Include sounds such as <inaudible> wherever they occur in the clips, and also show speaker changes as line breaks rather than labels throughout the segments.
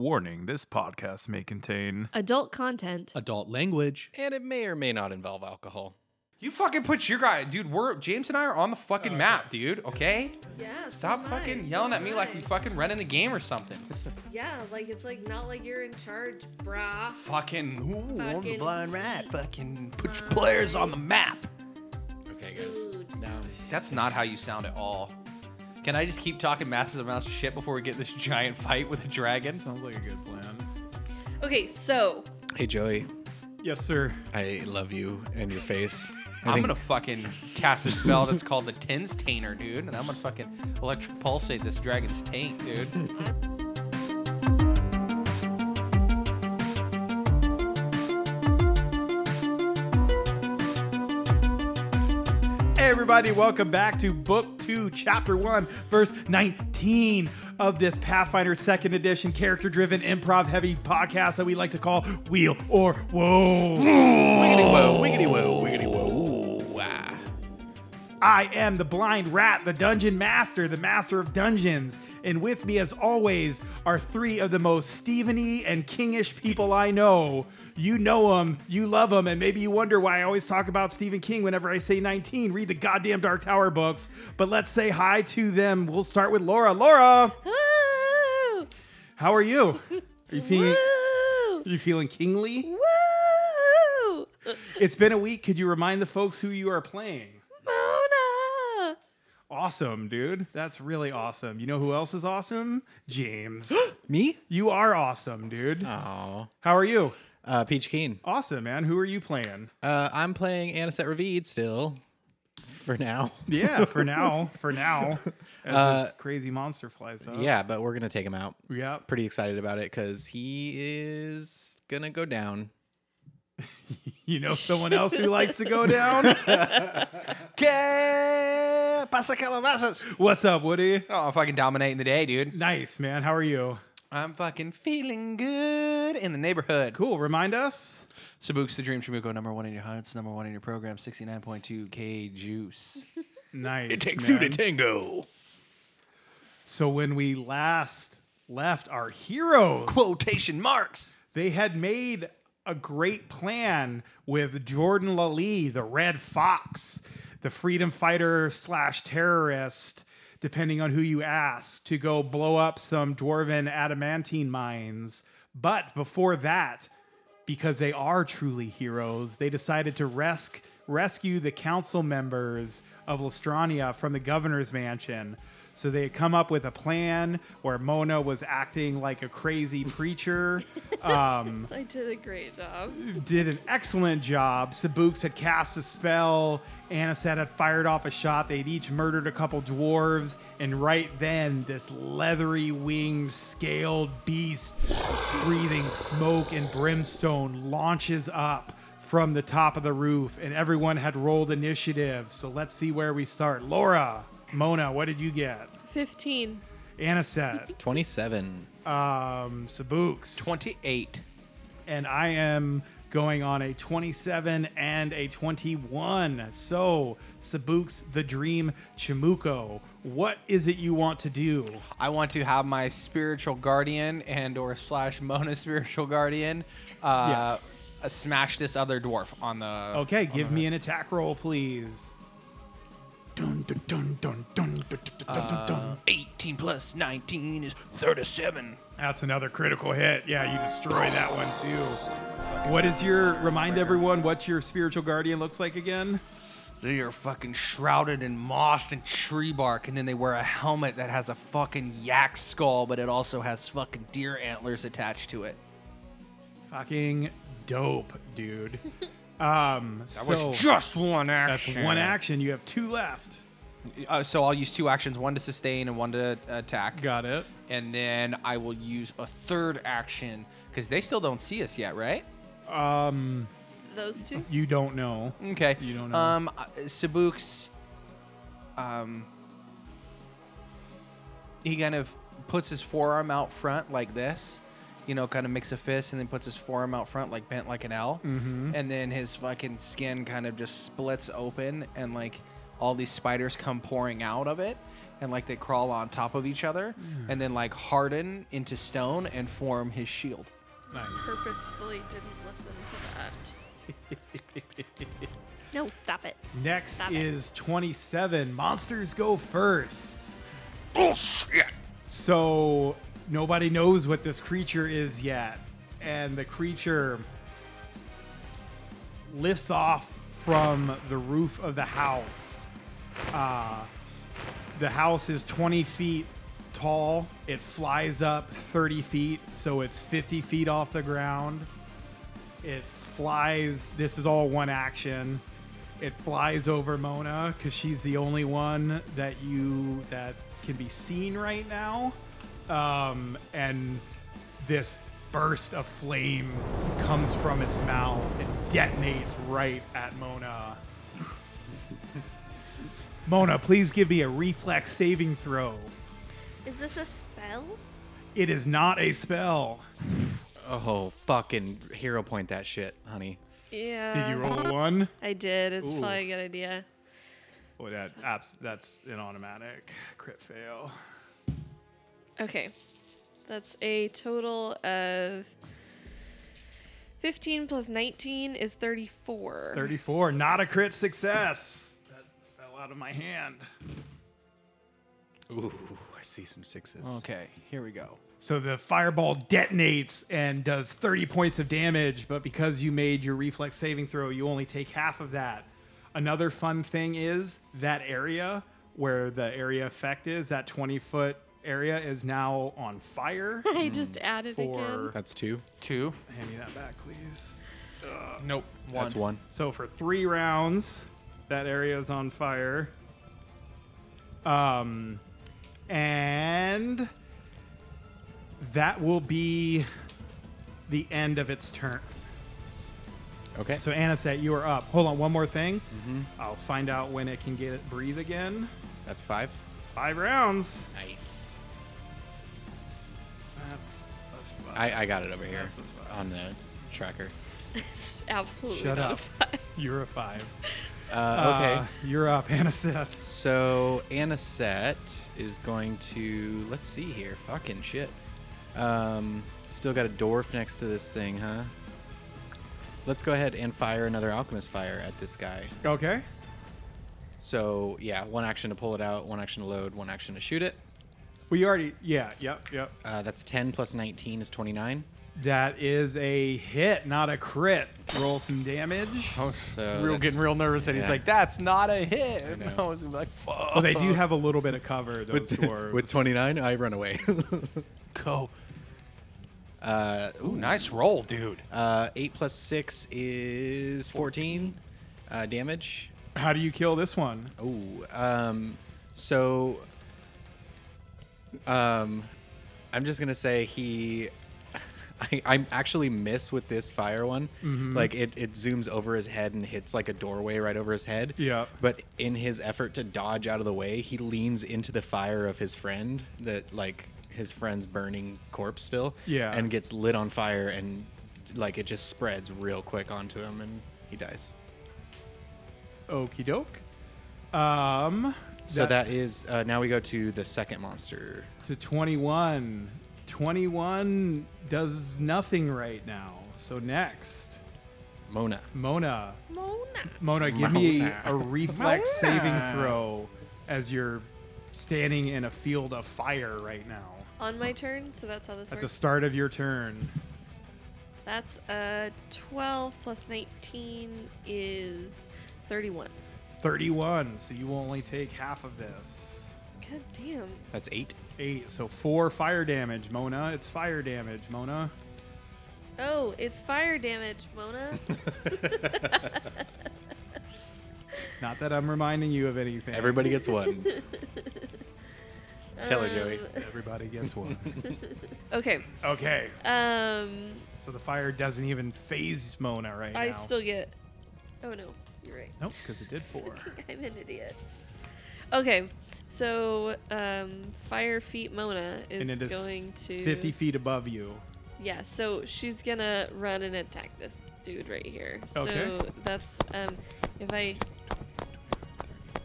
Warning this podcast may contain.
Adult content.
Adult language.
And it may or may not involve alcohol.
You fucking put your guy, dude. We're James and I are on the fucking map, dude. Oh, Okay.
Yeah.
Stop fucking yelling at me like we fucking running the game or something.
Yeah, like it's like not like you're in charge, brah.
fucking. Ooh, I'm the
Fucking-
blind rat. Fucking put your players on the map.
Okay, guys.
Dude.
Now,
That's not how you sound at all. Can I just keep talking massive amounts of shit before we get in this giant fight with a dragon?
Sounds like a good plan.
Okay, so
hey Joey,
Yes, sir.
I love you and your face. I
I'm
think-
gonna fucking cast a spell that's called the Tens Tainer, dude, and I'm gonna fucking electric pulsate this dragon's taint, dude.
Hey, everybody, welcome back to Book 2, Chapter 1, verse 19 of this Pathfinder 2nd Edition character driven improv heavy podcast that we like to call Wheel or Whoa.
Wiggity whoa, wiggity whoa, wiggity whoa. Ooh, ah.
I am the blind rat, the dungeon master, the master of dungeons. And with me, as always, are three of the most Steveny and Kingish people I know. You know them, you love them, and maybe you wonder why I always talk about Stephen King whenever I say 19. Read the goddamn Dark Tower books. But let's say hi to them. We'll start with Laura. Laura,
Woo!
how are you? Are you feeling?
Woo!
Are you feeling kingly?
Woo!
It's been a week. Could you remind the folks who you are playing?
Mona!
Awesome, dude. That's really awesome. You know who else is awesome? James.
Me?
You are awesome, dude.
Oh.
How are you?
Uh, Peach Keen.
Awesome, man. Who are you playing?
Uh, I'm playing Anisette Ravid still, for now.
Yeah, for now, for
<laughs>
now, as
Uh,
this crazy monster flies up.
<laughs> Yeah, but we're gonna take him out.
yeah.
Pretty excited about it because he is gonna go down.
You
<laughs>
know someone else who likes to go down?
Que pasa calabazas?
What's up, Woody?
Oh, I'm fucking dominating the day, dude.
Nice, man. How are you?
I'm fucking feeling good in the neighborhood.
Cool. Remind us.
Sabuks the Dream Chamuco, number one in your hearts, number one in your program, 69.2 K Juice.
Nice. man.
tango.
So when we last left our heroes,
Quotation marks.
they had made a great plan with Jordan Lally, the Red Fox, the freedom fighter slash terrorist, depending on who you ask, to go blow up some dwarven adamantine mines. But before that, because they are truly heroes, they decided to resc- rescue the council members of Lestrania from the governor's mansion. So they had come up with a plan where Mona was acting like a crazy preacher. Um,
I did a great job.
did an excellent job. Sabuks had cast a spell. Anisette had fired off a shot. They'd each murdered a couple dwarves. And right then, this leathery winged, scaled beast, breathing smoke and brimstone, launches up from the top of the roof. And everyone had rolled initiative. So let's see where we start. Laura, Mona, what did you get?
15.
Anisette,
Twenty-seven.
um, Sabuks.
28.
and I am going on a 27 and a 21. So, Sabuks the Dream Chimuko, what is it you want to do?
I want to have my spiritual guardian and or slash Mona spiritual guardian uh,
Yes.
uh, smash this other dwarf on the.
Okay, give me an attack roll, please. Dun, dun, dun, dun, dun, dun, dun, dun, dun, dun.
18 plus 19 is 37.
That's another critical hit. Yeah, you destroy that one too. What is your remind everyone what your spiritual guardian looks like again?
They are fucking shrouded in moss and tree bark, and then they wear a helmet that has a fucking yak skull, but it also has fucking deer antlers attached to it.
Fucking dope, <laughs> dude. Um,
That
so
was just one
That's
action.
one action. You have two left.
Uh, so I'll use two actions, one to sustain and one to attack.
Got it.
And then I will use a third action because they still don't see us yet, right?
Um,
Those two?
you don't know.
Okay.
You don't know.
Um, uh, Sabuks, um, he kind of puts his forearm out front like this, you know, kind of makes a fist and then puts his forearm out front like bent like an L, mm-hmm. and then his fucking skin kind of just splits open and like all these spiders come pouring out of it,
and like they crawl on top of each other
Mm.
and then like harden into stone and form his shield.
Nice.
Purposefully didn't listen to that. No, stop it.
Next
Stop it.
is 27. Monsters go first. Oh, shit. So nobody knows what this creature is yet. And the creature lifts off from the roof of the house. Uh, the house is 20 feet tall. It flies up 30 feet, so it's 50 feet off the ground. It flies. This is all one action. It flies over Mona because she's the only one that you that can be seen right now. Um, and this burst of flames comes from its mouth and detonates right at Mona. Mona, please give me a reflex saving throw.
Is this a spell?
It is not a spell.
Oh, fucking hero point that shit, honey.
Yeah.
Did you roll a one?
I did. It's
Ooh.
probably a good idea.
Oh, that abs- that's an automatic crit fail.
Okay. That's a total of 15 plus 19 is 34.
34, not a crit success. That fell out of my hand.
Ooh, I see some sixes.
Okay, here we go.
So the fireball detonates and does 30 points of damage, but because you made your reflex saving throw, you only take half of that. Another fun thing is that area where the area effect is, that 20 foot area is now on fire.
I just
Hmm.
added
For
again.
That's two.
Two.
hand me that back, please.
Nope. One.
That's one.
So for three rounds, that area is on fire. Um, and that will be the end of its turn.
Okay.
So Anisette, you are up. Hold on, one more thing. I'll find out when it can get breathe again.
That's five.
Five rounds.
Nice.
That's a five.
I, I got it over here
That's a five.
on the tracker.
It's <laughs> absolutely
Shut up.
not a five.
You're a five.
Uh, okay.
Uh, you're up, <laughs> Anisette.
So Anisette is going to let's see here. Fucking shit. Um, still got a dwarf next to this thing, huh? Let's go ahead and fire another alchemist fire at this guy.
Okay.
So yeah, one action to pull it out, one action to load, one action to shoot it.
We already, yeah, yep, yep.
Uh, that's 10 plus 19 is 29.
That is a hit, not a crit. Roll some damage. Oh,
So
real getting
that's-
real nervous, and he's
yeah.
like, "That's not a hit." <laughs>
I
I,
know.
was like, "Fuck."
they do have a little bit of cover, those dwarves.
<laughs> with 29, I run away.
go.
uh,
Ooh, nice roll, dude.
uh, 8 plus 6 is 14 uh, damage.
How do you kill this one?
Oh, um, so, um, I'm just gonna say he, <laughs> I, I actually miss with this fire one.
Mm-hmm.
Like it, it zooms over his head and hits like a doorway right over his head.
Yeah.
But in his effort to dodge out of the way, he leans into the fire of his friend that like his friend's burning corpse still.
Yeah.
And gets lit on fire and like it just spreads real quick onto him and he dies.
Okie doke. Um,
So that is uh, now we go to the second monster.
to 21. 21 does nothing right now. So next,
Mona.
Mona.
<laughs> Mona.
Mona, give me
Mona.
a, reflex saving
Mona.
throw as you're standing in a field of fire right now.
On my turn, so that's how this
At the
works.
start of your turn.
That's a 12 plus 19 is 31.
31, so you will only take half of this.
God damn.
That's eight.
Eight, so four fire damage, Mona. It's fire damage, Mona.
Oh, it's fire damage,
<laughs>
Mona.
Not that I'm reminding you of anything.
Everybody gets <laughs> one. Tell her, Joey.
Everybody gets one.
Um,
<laughs>
Okay.
okay,
Um,
so the fire doesn't even phase Mona right
I
now.
still get. Oh no, you're right.
Nope, because it did
<laughs>
four.
I'm an idiot. Okay, so um, fire feet Mona is,
And it is
going to
50 feet above you.
Yeah, so she's gonna run and attack this dude right here.
Okay.
So that's um, if I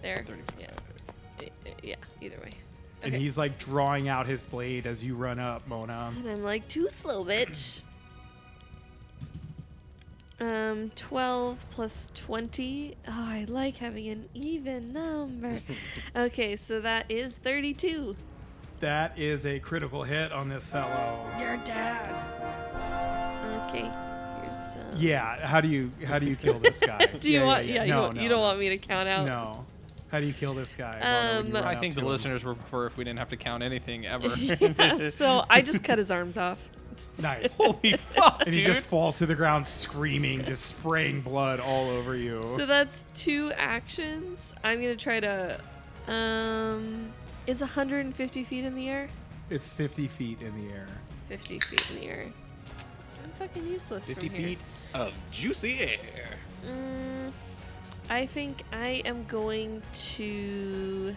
there. Yeah. Uh, uh, Yeah. Either way.
and
Okay.
he's like drawing out his blade as you run up, Mona.
And I'm like, too slow, bitch. <clears throat> Um, 12 plus 20. Oh, I like having an
<laughs>
even number. okay, so that is 32.
That is a critical hit on this fellow.
You're dead. Okay, here's uh, some.
Yeah, how do you how do you kill this guy?
<laughs> Do you want, yeah, you,
No,
don't,
no,
you don't
no.
want me to count out?
No. <laughs> How do you kill this guy? Mona, when you
Oh. Um,
run
I
I
up
think
to
the
him?
listeners would prefer if we didn't have to count anything ever.
<laughs> yeah, so I just cut his arms off.
Nice.
<laughs> Holy fuck,
And he just falls to the ground screaming, just spraying blood all over you.
So that's two actions. I'm gonna try to. Um, it's 150 feet in the air.
it's 50 feet in the air.
50 feet in the air. I'm fucking useless.
50
from here.
feet of juicy air.
Mm, I think I am going to.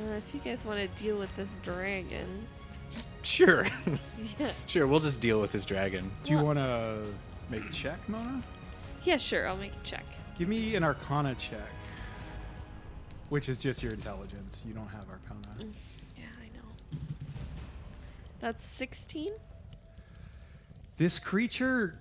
Uh, if you guys want to deal with this dragon, <laughs>
Sure. <laughs>
yeah,
sure, we'll just deal with this dragon.
Do you
Well-
want to make a check, Mona?
yeah, sure, I'll make a check.
Give me an Arcana check, which is just your intelligence. You don't have Arcana.
Yeah, I know. That's 16.
This creature,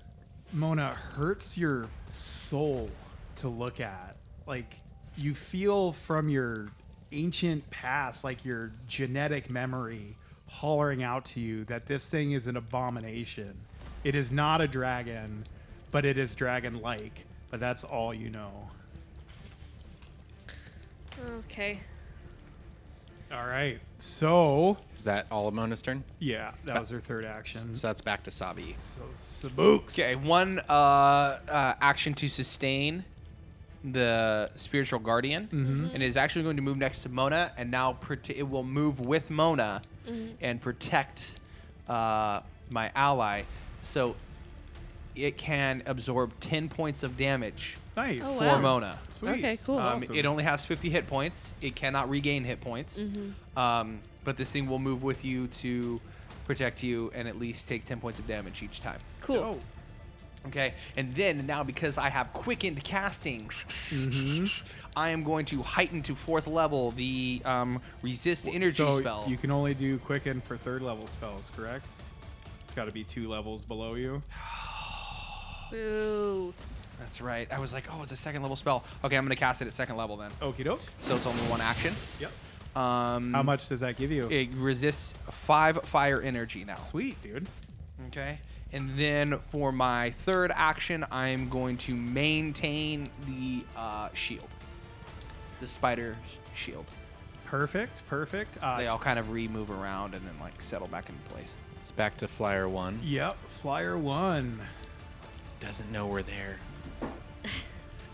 Mona, hurts your soul to look at. Like, you feel from your ancient past, like your genetic memory hollering out to you that this thing is an abomination. It is not a dragon, but it is dragon like. But that's all you know.
Okay.
All right. So,
Is that all of Mona's turn?
yeah, that was her third action.
So that's back to Sabi.
So Sabooks.
<laughs> Okay, one uh, uh, action to sustain the spiritual guardian,
Mm-hmm.
Mm-hmm.
and it is actually going to move next to Mona, and now prote- it will move with Mona and protect uh, my ally. So it can absorb ten points of damage
Nice.
Oh,
for
Wow.
Mona.
Sweet.
Okay, cool.
Um,
awesome.
It only has 50 hit points. It cannot regain hit points. Um, but this thing will move with you to protect you and at least take 10 points of damage each time.
Cool.
Oh.
Okay, and then now because I have quickened casting,
Mm-hmm.
I am going to heighten to fourth level the um, resist energy
so
spell.
You can only do quicken for third level spells, correct? It's got to be two levels below you.
Boo.
That's right. I was like, oh, it's a second level spell. Okay, I'm gonna cast it at second level then.
Okie doke.
So it's only one action.
Yep.
Um,
How much does that give you?
It resists five fire energy now.
Sweet, dude.
Okay. And then for my third action, I'm going to maintain the uh, shield, the spider shield.
Perfect. Perfect. Uh,
They all kind of re-move around and then like settle back into place.
It's back to Flyer 1.
Yep. Flyer one
Doesn't know we're there.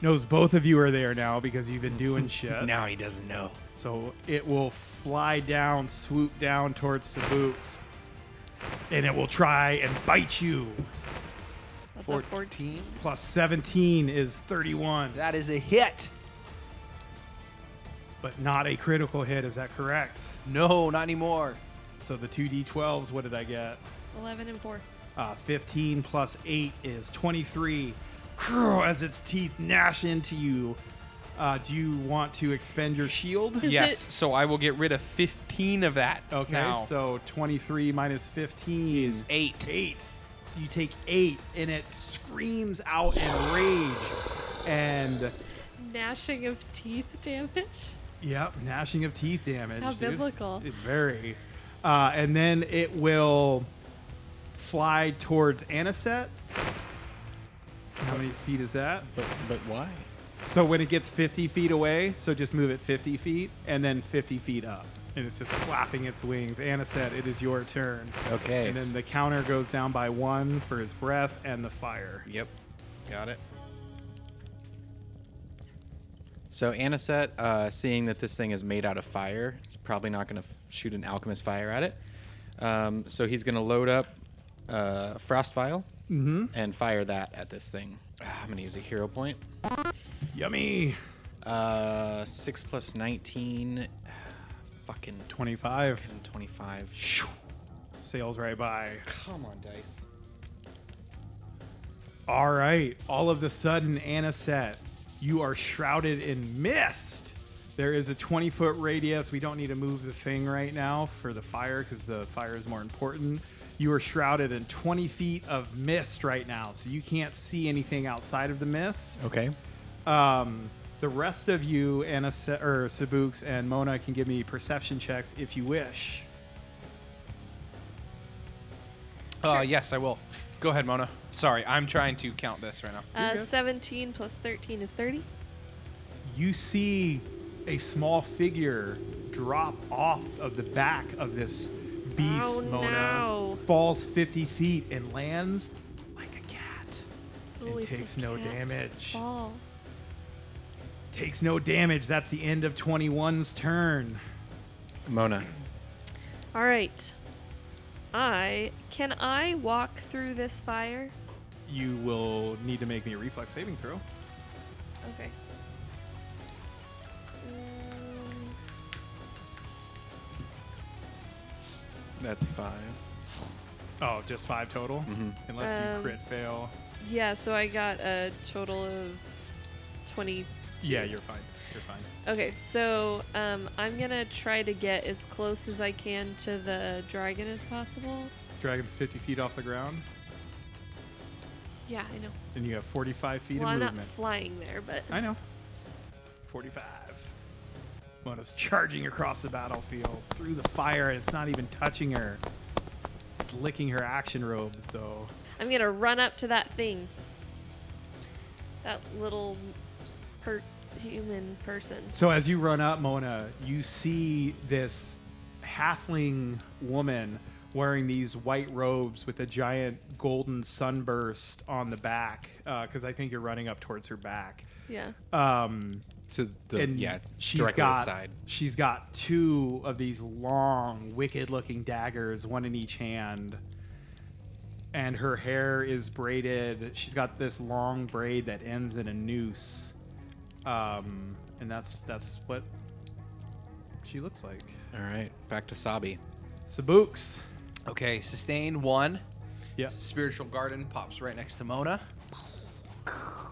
knows both of you are there now because you've been doing shit.
Now he doesn't know.
So it will fly down, swoop down towards the boots, and it will try and bite you.
That's a 14.
14.
Plus 17 is 31,
That is a hit.
but not a critical hit. Is that correct?
No, not anymore.
So the two d12s. What did I get?
11 and 4.
Uh, 15 plus 8 is 23. Grr, As its teeth gnash into you, uh, do you want to expend your shield?
Is
yes.
it-
So I will get rid of 15 of that.
Okay,
now.
so 23 minus 15 is
eight.
8. So you take 8, and it screams out in rage. And,
Gnashing of teeth damage.
yep, gnashing of teeth damage.
How
dude.
biblical.
It very. Uh, and then it will fly towards Aniset. How many feet is that?
But but why?
So when it gets 50 feet away, so just move it 50 feet and then 50 feet up. And it's just flapping its wings. Anna said, It is your turn.
Okay.
And then the counter goes down by one for his breath and the fire.
Yep. Got it. So Aniset, uh, seeing that this thing is made out of fire, it's probably not going to shoot an alchemist fire at it. Um, so he's going to load up uh, frost vial
Mm-hmm.
and fire that at this thing. Ah, I'm going to use a hero point.
Yummy.
Uh, six plus nineteen, <sighs> fucking
25.
fucking twenty-five.
Sails right by.
Come on, dice.
All right. All of the sudden, Anna said, You are shrouded in mist. There is a 20 foot radius. We don't need to move the thing right now for the fire because the fire is more important. You are shrouded in 20 feet of mist right now, so you can't see anything outside of the mist.
Okay.
Um, the rest of you, Anna, Se- or Sabuks and Mona, can give me perception checks if you wish.
Uh, yes, I will. Go ahead, Mona. Sorry, I'm trying to count this right now.
Uh, 17 plus 13 is 30.
you see a small figure drop off of the back of this beast,
Oh,
Mona.
no.
Falls 50 feet and lands like a cat.
Oh,
It
it's a
takes no
cat
damage.
Ball.
Takes no damage. That's the end of 21's turn.
Mona.
All right. I can I walk through this fire?
You will need to make me a reflex saving throw.
Okay. Um,
That's five.
Oh, just five total? Unless you
Um,
crit fail.
yeah, so I got a total of 20.
Yeah, you're fine. You're fine.
Okay, so um, I'm gonna try to get as close as I can to the dragon as possible.
Dragon's 50 feet off the ground,
Yeah, I know.
and you have 45 feet
Well,
of
I'm
movement.
not flying there, but
I know. 45. Mona's charging across the battlefield through the fire, and it's not even touching her. It's licking her action robes, though.
I'm gonna run up to that thing. That little per- human person.
So as you run up, Mona, you see this halfling woman wearing these white robes with a giant golden sunburst on the back, because I think you're running up towards her back.
Yeah.
Um,
To the
and
yeah,
she's
directly
got
side.
she's got two of these long, wicked-looking daggers, one in each hand, and her hair is braided. She's got this long braid that ends in a noose, um, and that's that's what she looks like.
All right, back to Sabi.
Sabuks.
Okay, sustained one.
Yeah.
Spiritual Garden pops right next to Mona.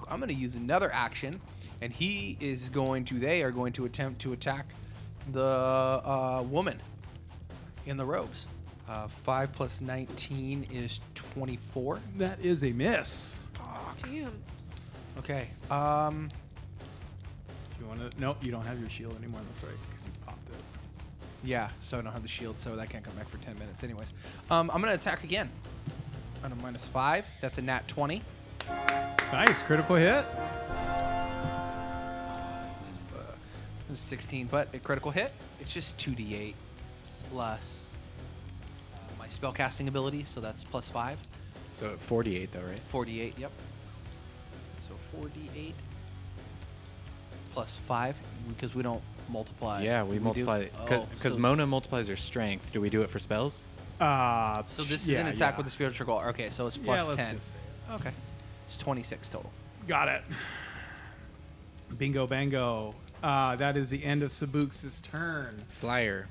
I'm going to use another action, and he is going to, they are going to attempt to attack the uh, woman in the robes. Uh, 5 plus 19 is 24.
That is a miss.
Damn.
Okay. Um,
You want to? Nope. You don't have your shield anymore. That's right, because you popped it.
yeah, so I don't have the shield, so that can't come back for 10 minutes, anyways. Um, I'm going to attack again. On a minus 5, that's a nat 20.
Nice critical hit.
It was 16, but a critical hit. It's just 2d8 plus uh, my spellcasting ability, so that's plus 5.
So at 48 though, right?
48, yep. So 48 plus 5, because we don't multiply.
yeah, we
do?
multiply
Oh,
because
so-
Mona multiplies her strength. Do we do it for spells?
Uh,
So this is
yeah,
an attack
yeah.
with the spiritual goal. Okay, so it's
Yeah,
plus
let's
10.
just say
Okay. It's 26 total.
Got it. Bingo bango. Uh, that is the end of Sabuks' turn.
Flyer.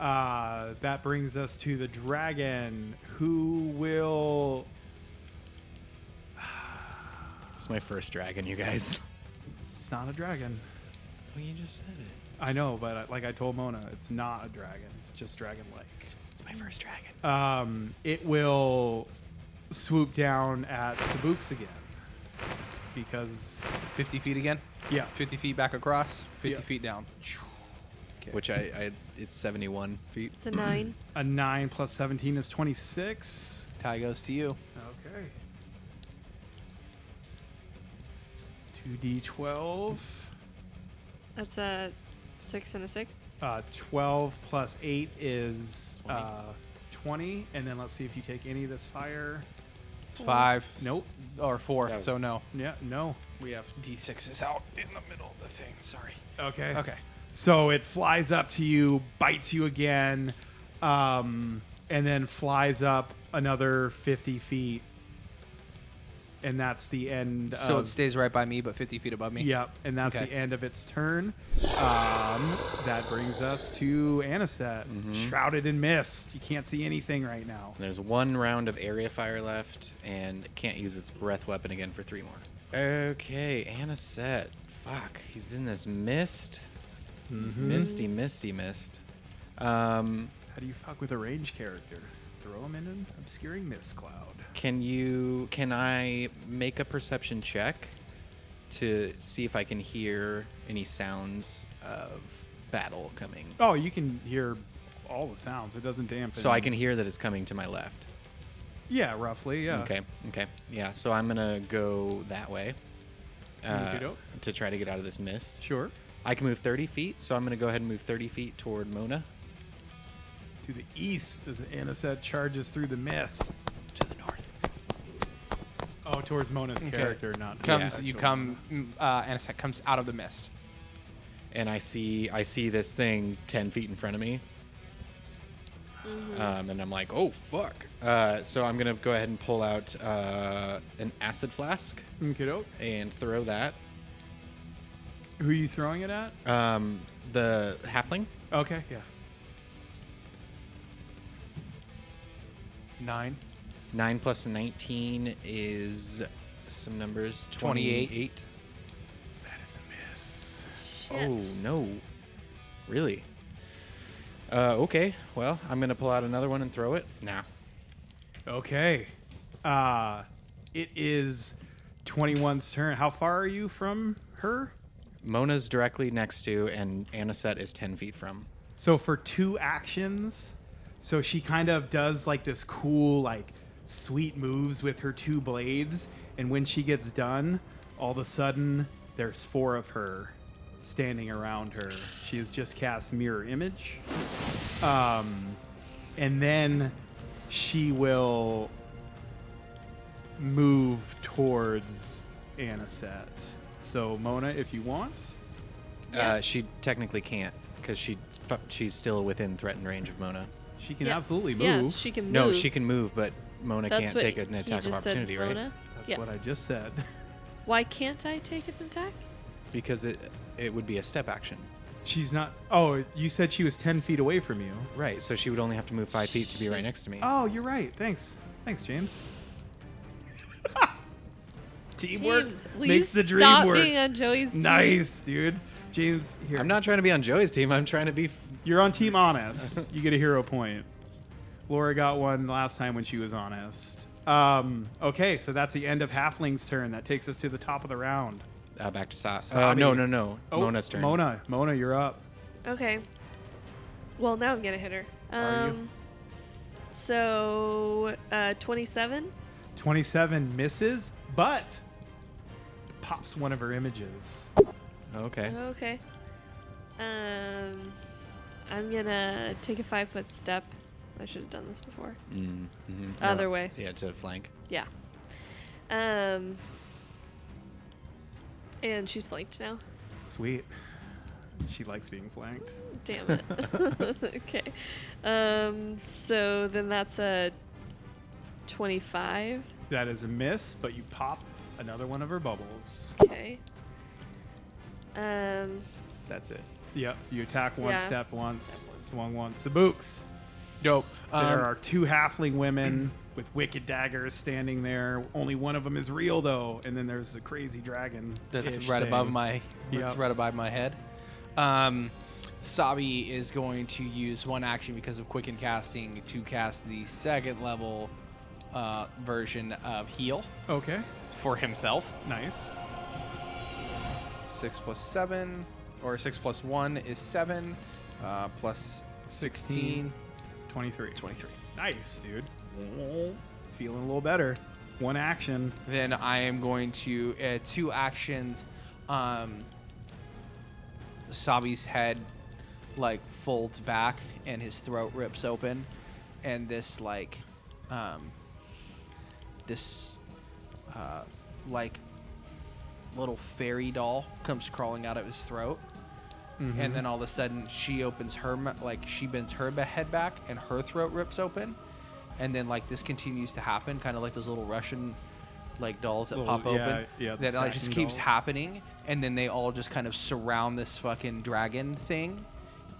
Uh, that brings us to the dragon, who will.
It's my first dragon, you guys.
It's not a dragon.
<laughs> Well, you just said it.
I know, but I- like I told Mona, it's not a dragon. It's just dragon like.
It's, it's my first dragon.
Um, it will swoop down at Sabuks again. Because,
50 feet again?
yeah.
50 feet back across, 50
Yeah.
feet down.
Which I, I it's 71 feet.
It's a nine.
A 9 plus 17 is 26.
Tie goes to you.
Okay. 2d12.
That's a six and a six.
Uh, 12 plus 8 is uh, 20. And then let's see if you take any of this fire.
Five.
Nope.
Or four,
That was-
so no.
Yeah, no.
We have D6s out in the middle of the thing. Sorry.
Okay.
Okay.
So it flies up to you, bites you again, um, and then flies up another 50 feet. And that's the uh, end
So it
of
stays right by me, but 50 feet above me.
Yep, and that's
Okay.
the end of its turn. Um, that brings us to Anisette,
Mm-hmm.
shrouded in mist. You can't see anything right now.
And there's one round of area fire left, and it can't use its breath weapon again for three more. Okay, Anisette. Fuck, he's in this mist. Misty, misty, mist. Um,
How do you fuck with a range character? Throw him in an obscuring mist cloud.
can you? Can I make a perception check to see if I can hear any sounds of battle coming?
Oh, you can hear all the sounds. It doesn't dampen.
So I can hear that it's coming to my left.
Yeah, roughly. Yeah.
Okay. Okay. Yeah. So I'm gonna go that way uh,
Okey-doke.
to try to get out of this mist.
Sure.
I can move 30 feet, so I'm gonna go ahead and move 30 feet toward Mona.
To the east as Aniset charges through the mist.
To the north.
Oh, towards Mona's character, not
Comes,
Yeah.
you come, mm, uh, Anisette comes out of the mist.
And I see I see this thing 10 feet in front of me. Um, and I'm like, oh fuck. Uh, so I'm gonna go ahead and pull out uh, an acid flask
Okey-doke.
and throw that.
Who are you throwing it at?
Um, the halfling.
Okay, yeah.
Nine.
Nine plus 19 is some numbers.
28.
28.
That is a miss.
Shit.
Oh no! Really? Uh, okay. Well, I'm gonna pull out another one and throw it. Nah.
Okay. Uh it is 21's turn. How far are you from her?
Mona's directly next to, and Anisette is ten feet from.
So for two actions, so she kind of does like this cool, like sweet moves with her two blades, and when she gets done, all of a sudden there's four of her standing around her. She has just cast mirror image, um, and then she will move towards Anisette. So Mona, if you want,
Uh, she technically can't because she fu- she's still within threatened range of Mona.
she can
Yeah.
absolutely move.
Yes, she can move.
No, she can move, but Mona
That's
can't
what
take an
he
attack of
just said,
opportunity, right?
Mona.
That's
Yeah.
what I just said. <laughs>
Why can't I take an attack?
Because it it would be a step action.
She's not. Oh, you said she was 10 feet away from you.
Right. So she would only have to move five feet to be right
She's-
next to me.
Oh, you're right. Thanks. Thanks, James. <laughs> Teamwork
James, will
makes
you
the dream
stop
work.
being on Joey's
<laughs>
team?
Nice, dude. James, here.
I'm not trying to be on Joey's team. I'm trying to be. F-
You're on Team Honest. <laughs> you get a hero point. Laura got one last time when she was honest. Um, okay, so that's the end of Halfling's turn. That takes us to the top of the round.
uh, back to Sa. Uh,
Sabi.
no, no, no.
Oh,
Mona's turn.
Mona, Mona, you're up.
Okay. Well, now I'm gonna hit her. Um,
Are you?
So, uh, 27.
27 misses, but pops one of her images.
Okay.
Oh, Okay. Um, I'm gonna take a five foot step. I should have done this before.
Mm, hmm
Other way.
Yeah, to flank.
Yeah. Um. And she's flanked now.
Sweet. She likes being flanked.
Damn it.
<laughs>
<laughs> okay. Um. So then that's a twenty-five.
That is a miss, but you pop another one of her bubbles.
Okay. Um.
That's it.
Yep, so you attack one,
Yeah.
step once, swung once. Sabooks.
Dope.
there
Um,
are two halfling women with wicked daggers standing there. Only one of them is real, though, and then there's the crazy dragon.
that's right above my.
Yep.
That's right above my head. Um, Sabi is going to use one action because of quicken casting to cast the second level uh, version of heal
Okay,
for himself.
nice.
Six plus seven, or six plus one is seven, uh, plus
16.
16,
23.
23.
Nice, dude. Feeling a little better. One action.
Then I am going to uh, two actions. Um, Sabi's head like folds back and his throat rips open, and this like um, this uh, like little fairy doll comes crawling out of his throat.
Mm-hmm.
And then all of a sudden, she opens her mou- like she bends her ba- head back, and her throat rips open, and then like this continues to happen, kind of like those little Russian like dolls that
Little-
pop open.
yeah, yeah, the
that like just
stacking
keeps
dolls.
happening, and then they all just kind of surround this fucking dragon thing,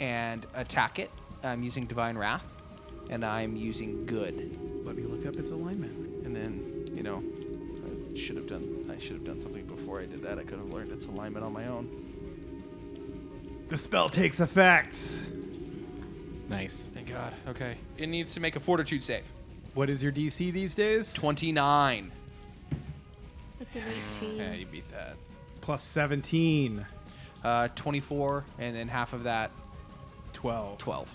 and attack it. I'm using divine wrath, and I'm using good,
Let me look up its alignment.
and then you know. I Should have done. I should have done something before I did that. I could have learned its alignment on my own.
The spell takes effect.
Nice.
Thank God. Okay. It needs to make a fortitude save.
What is your DC these days?
29.
That's an 18.
Yeah, you beat that.
Plus 17.
Uh, 24, and then half of that,
12.
12.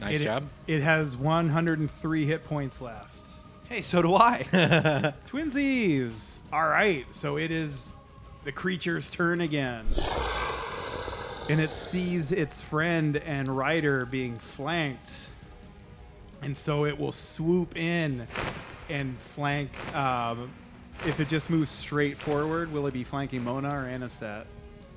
Nice
it,
job.
It has 103 hit points left.
Hey, so do <laughs> I.
Twinsies. All right. So it is the creature's turn again. And it sees its friend and rider being flanked. And so it will swoop in and flank. Um, if it just moves straight forward, will it be flanking Mona or Anistat?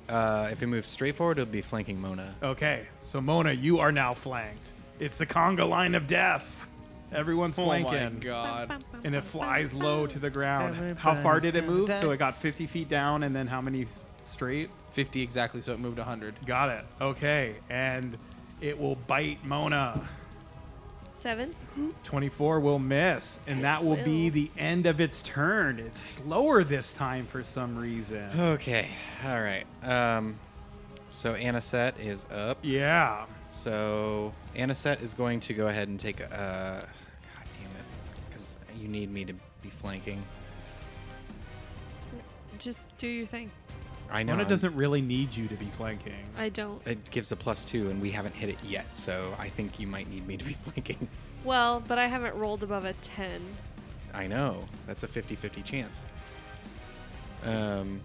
Uh, if it moves straight forward, it'll be flanking Mona.
Okay. So, Mona, you are now flanked. It's the conga line of death. Everyone's
oh
flanking.
my God.
and it flies low to the ground. How far did it move? So it got 50 feet down, and then how many straight?
50 exactly, so it moved 100.
Got it. Okay, and it will bite Mona.
Seven.
24 will miss, and that will be
Still.
the end of its turn. It's slower this time for some reason.
Okay. All right. Um, so Anisette is up.
Yeah.
So Anisette is going to go ahead and take. Uh, God damn it, because you need me to be flanking.
Just do your thing.
I know.
Mona
I'm-
doesn't really need you to be flanking.
I don't.
It gives a plus two, and we haven't hit it yet, so I think you might need me to be <laughs> flanking.
Well, but I haven't rolled above a 10.
I know. That's a 50 50 chance. Um,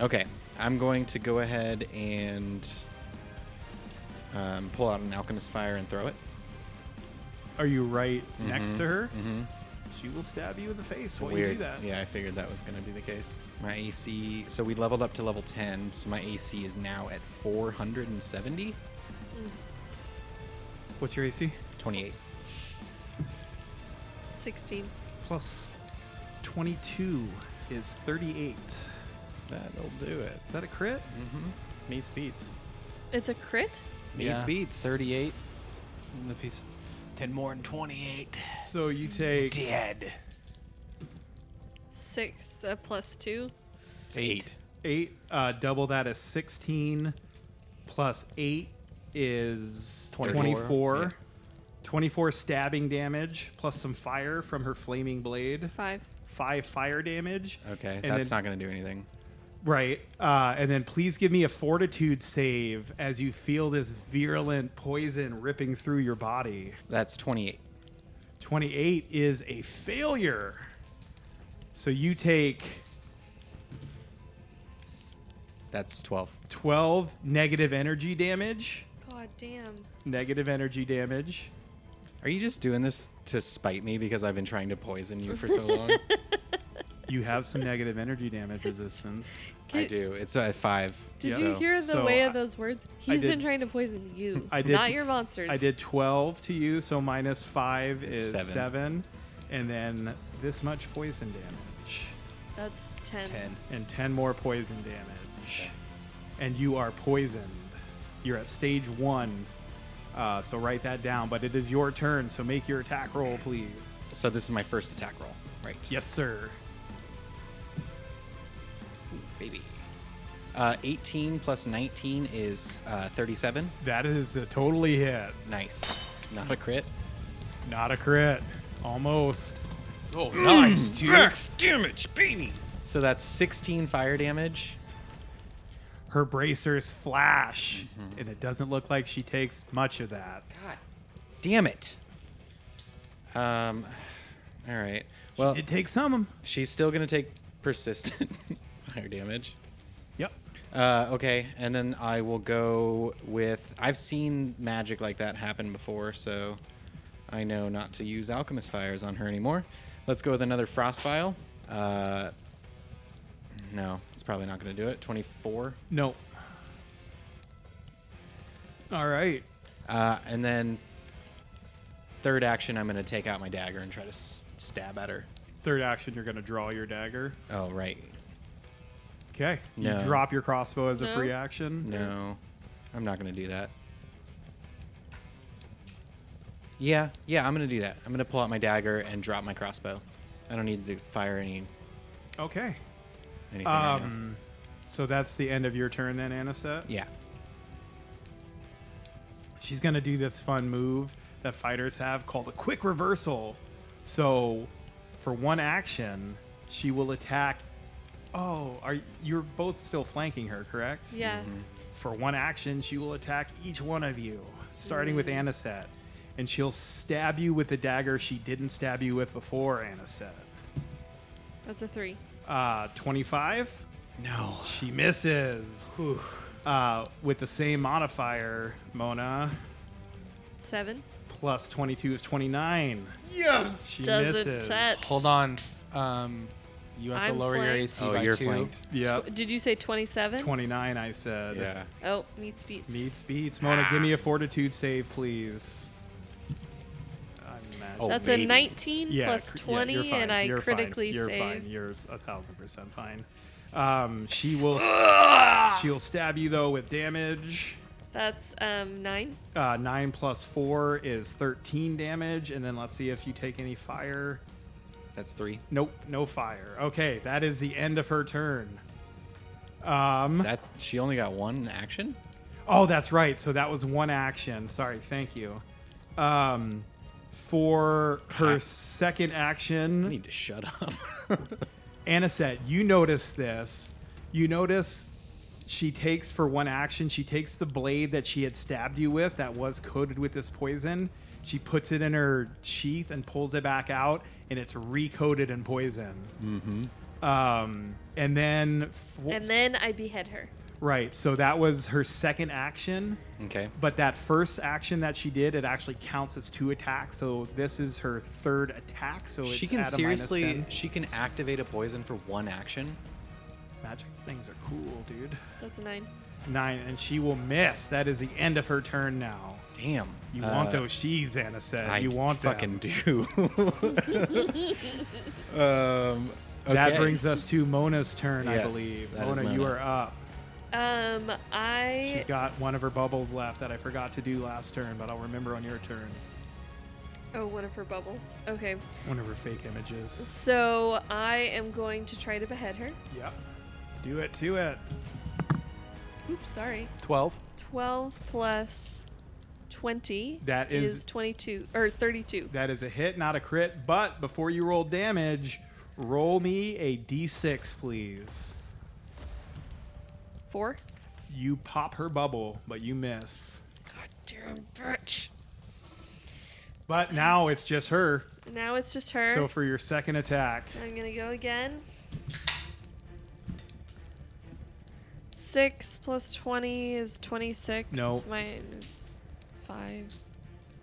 okay. I'm going to go ahead and um, pull out an alchemist fire and throw it.
Are you right next
Mm-hmm.
Mhm,
to her?
mhm.
She will stab you in the face while you do that.
Yeah, I figured that was going to be the case. My AC. So we leveled up to level 10, so my AC is now at 470.
What's your AC?
28.
16.
Plus 22 is 38. Is
That'll do it.
that a crit?
Mm-hmm. Meets beats.
It's a crit?
Meets
Yeah.
beats. 38.
The piece.
10 more than 28.
So you take
Dead.
Six uh, plus two.
Eight.
eight, uh, double that is 16, plus eight is 24.
24.
24,
Yeah.
stabbing damage, plus some fire from her flaming blade,
Five.
five fire damage.
Okay,
And
that's
then-
not going to do anything.
Right. Uh, and then please give me a fortitude save as you feel this virulent poison ripping through your body.
That's 28.
28 is a failure. So you take
That's 12.
12 negative energy damage.
God damn.
Negative energy damage.
Are you just doing this to spite me because I've been trying to poison you for so long?
You have some negative energy damage resistance.
I do. It's a five.
Did
so-
you hear the
so
way
I-
of those words? He's been
did-
trying to poison you,
<laughs> I did-
not your monsters.
I did 12 to you, so minus 5 is
Seven.
7. And then this much poison damage.
That's 10.
10.
And 10 more poison damage. And you are poisoned. You're at stage 1. Uh, so write that down. But it is your turn, so make your attack roll, please.
So this is my first attack roll, right?
Yes, sir.
Baby. Uh, 18 plus 19 is uh, 37.
That is a totally hit.
Nice. Not a crit.
Not a crit. Almost.
Oh, nice, dude.
So that's 16 fire damage.
her bracers flash, and it doesn't look like she takes much of that.
Damn it. Um. All right. Well,
It takes some.
she's still going to take persistent <laughs> fire damage.
Yep.
Uh, okay, and then I will go with. I've seen magic like that happen before, so I know not to use alchemist fires on her anymore. Let's go with another frost vial. Uh, no, it's probably not going to do it. 24.
No. All right.
Uh, and then third action, I'm going to take out my dagger and try to s- stab at her.
Third action, you're going to draw your dagger.
Oh, right.
Okay.
No.
You drop your crossbow as a
No.
free action.
No, I'm not going to do that. Yeah, yeah, I'm going to do that. I'm going to pull out my dagger and drop my crossbow. I don't need to fire any
Okay.
anything. right now.
Um, So that's the end of your turn then, Aniset?
Yeah.
She's going to do this fun move that fighters have called a quick reversal. So for one action, she will attack. Oh, are you're both still flanking her, correct?
Yeah.
For one action, she will attack each one of you, starting with
Mm.
Aniset. And she'll stab you with the dagger she didn't stab you with before, Aniset.
That's a three.
Uh, 25.
No.
She misses. Uh, with the same modifier, Mona,
Seven.
plus 22 is 29. Yes! She
Doesn't
misses.
touch.
<clears throat> Hold on. Um, you have to
I'm
lower your
flanked.
AC
Oh,
by
you're
two.
flanked.
Yep.
Did you say 27?
29, I said.
Yeah.
Oh, meets beats.
Meets beats. Mona, give me a fortitude save, please. I'm mad.
Oh,
That's
maybe.
a 19
Yeah,
plus
cr- yeah,
20,
you're fine.
and I
You're fine.
critically
You're
save.
fine. You're a thousand percent fine. Um, she will. she'll stab you though with damage.
That's um nine.
Uh, nine plus four is thirteen damage, and then let's see if you take any fire.
That's three.
Nope, no fire. Okay, that is the end of her turn. Um.
That she only got one action.
Oh, that's right. So that was one action. Sorry. Thank you. Um, for her second
I
action,
need to
<laughs>
shut up.
Anisette, you notice this. You notice she takes for one action, she takes the blade that she had stabbed you with that was coated with this poison. She puts it in her sheath and pulls it back out, and it's recoated in poison. Mm-hmm. Um, and then, f-
And then I behead her.
right. So that was her second action.
okay.
But that first action that she did, it actually counts as two attacks. So this is her third attack. So it's
She can
at a minus
seriously.
10.
She can activate a poison for one action.
Magic things are cool, dude.
That's a nine.
Nine, and she will miss. That is the end of her turn now.
Damn.
You want
Uh,
those sheaths, Anna said.
I
you want them. <laughs>
fucking do. um.
That
okay.
brings us to Mona's turn, I
Yes,
believe.
that is
Mona, you
Mona.
are up.
Um, I
She's got one of her bubbles left that I forgot to do last turn, but I'll remember on your turn.
oh one of her bubbles. Okay,
One of her fake images.
so I am going to try to behead her.
Yep. Do it to it.
Oops, sorry.
12.
Twelve plus twenty.
That is-
twenty-two or thirty-two.
That is a hit, not a crit. But before you roll damage, roll me a d6, please.
Four.
You pop her bubble, but you miss.
God damn bitch.
But now it's just her.
Now it's just her.
So for your second attack,
I'm gonna go again. Six plus twenty is twenty-six.
No.
Minus five.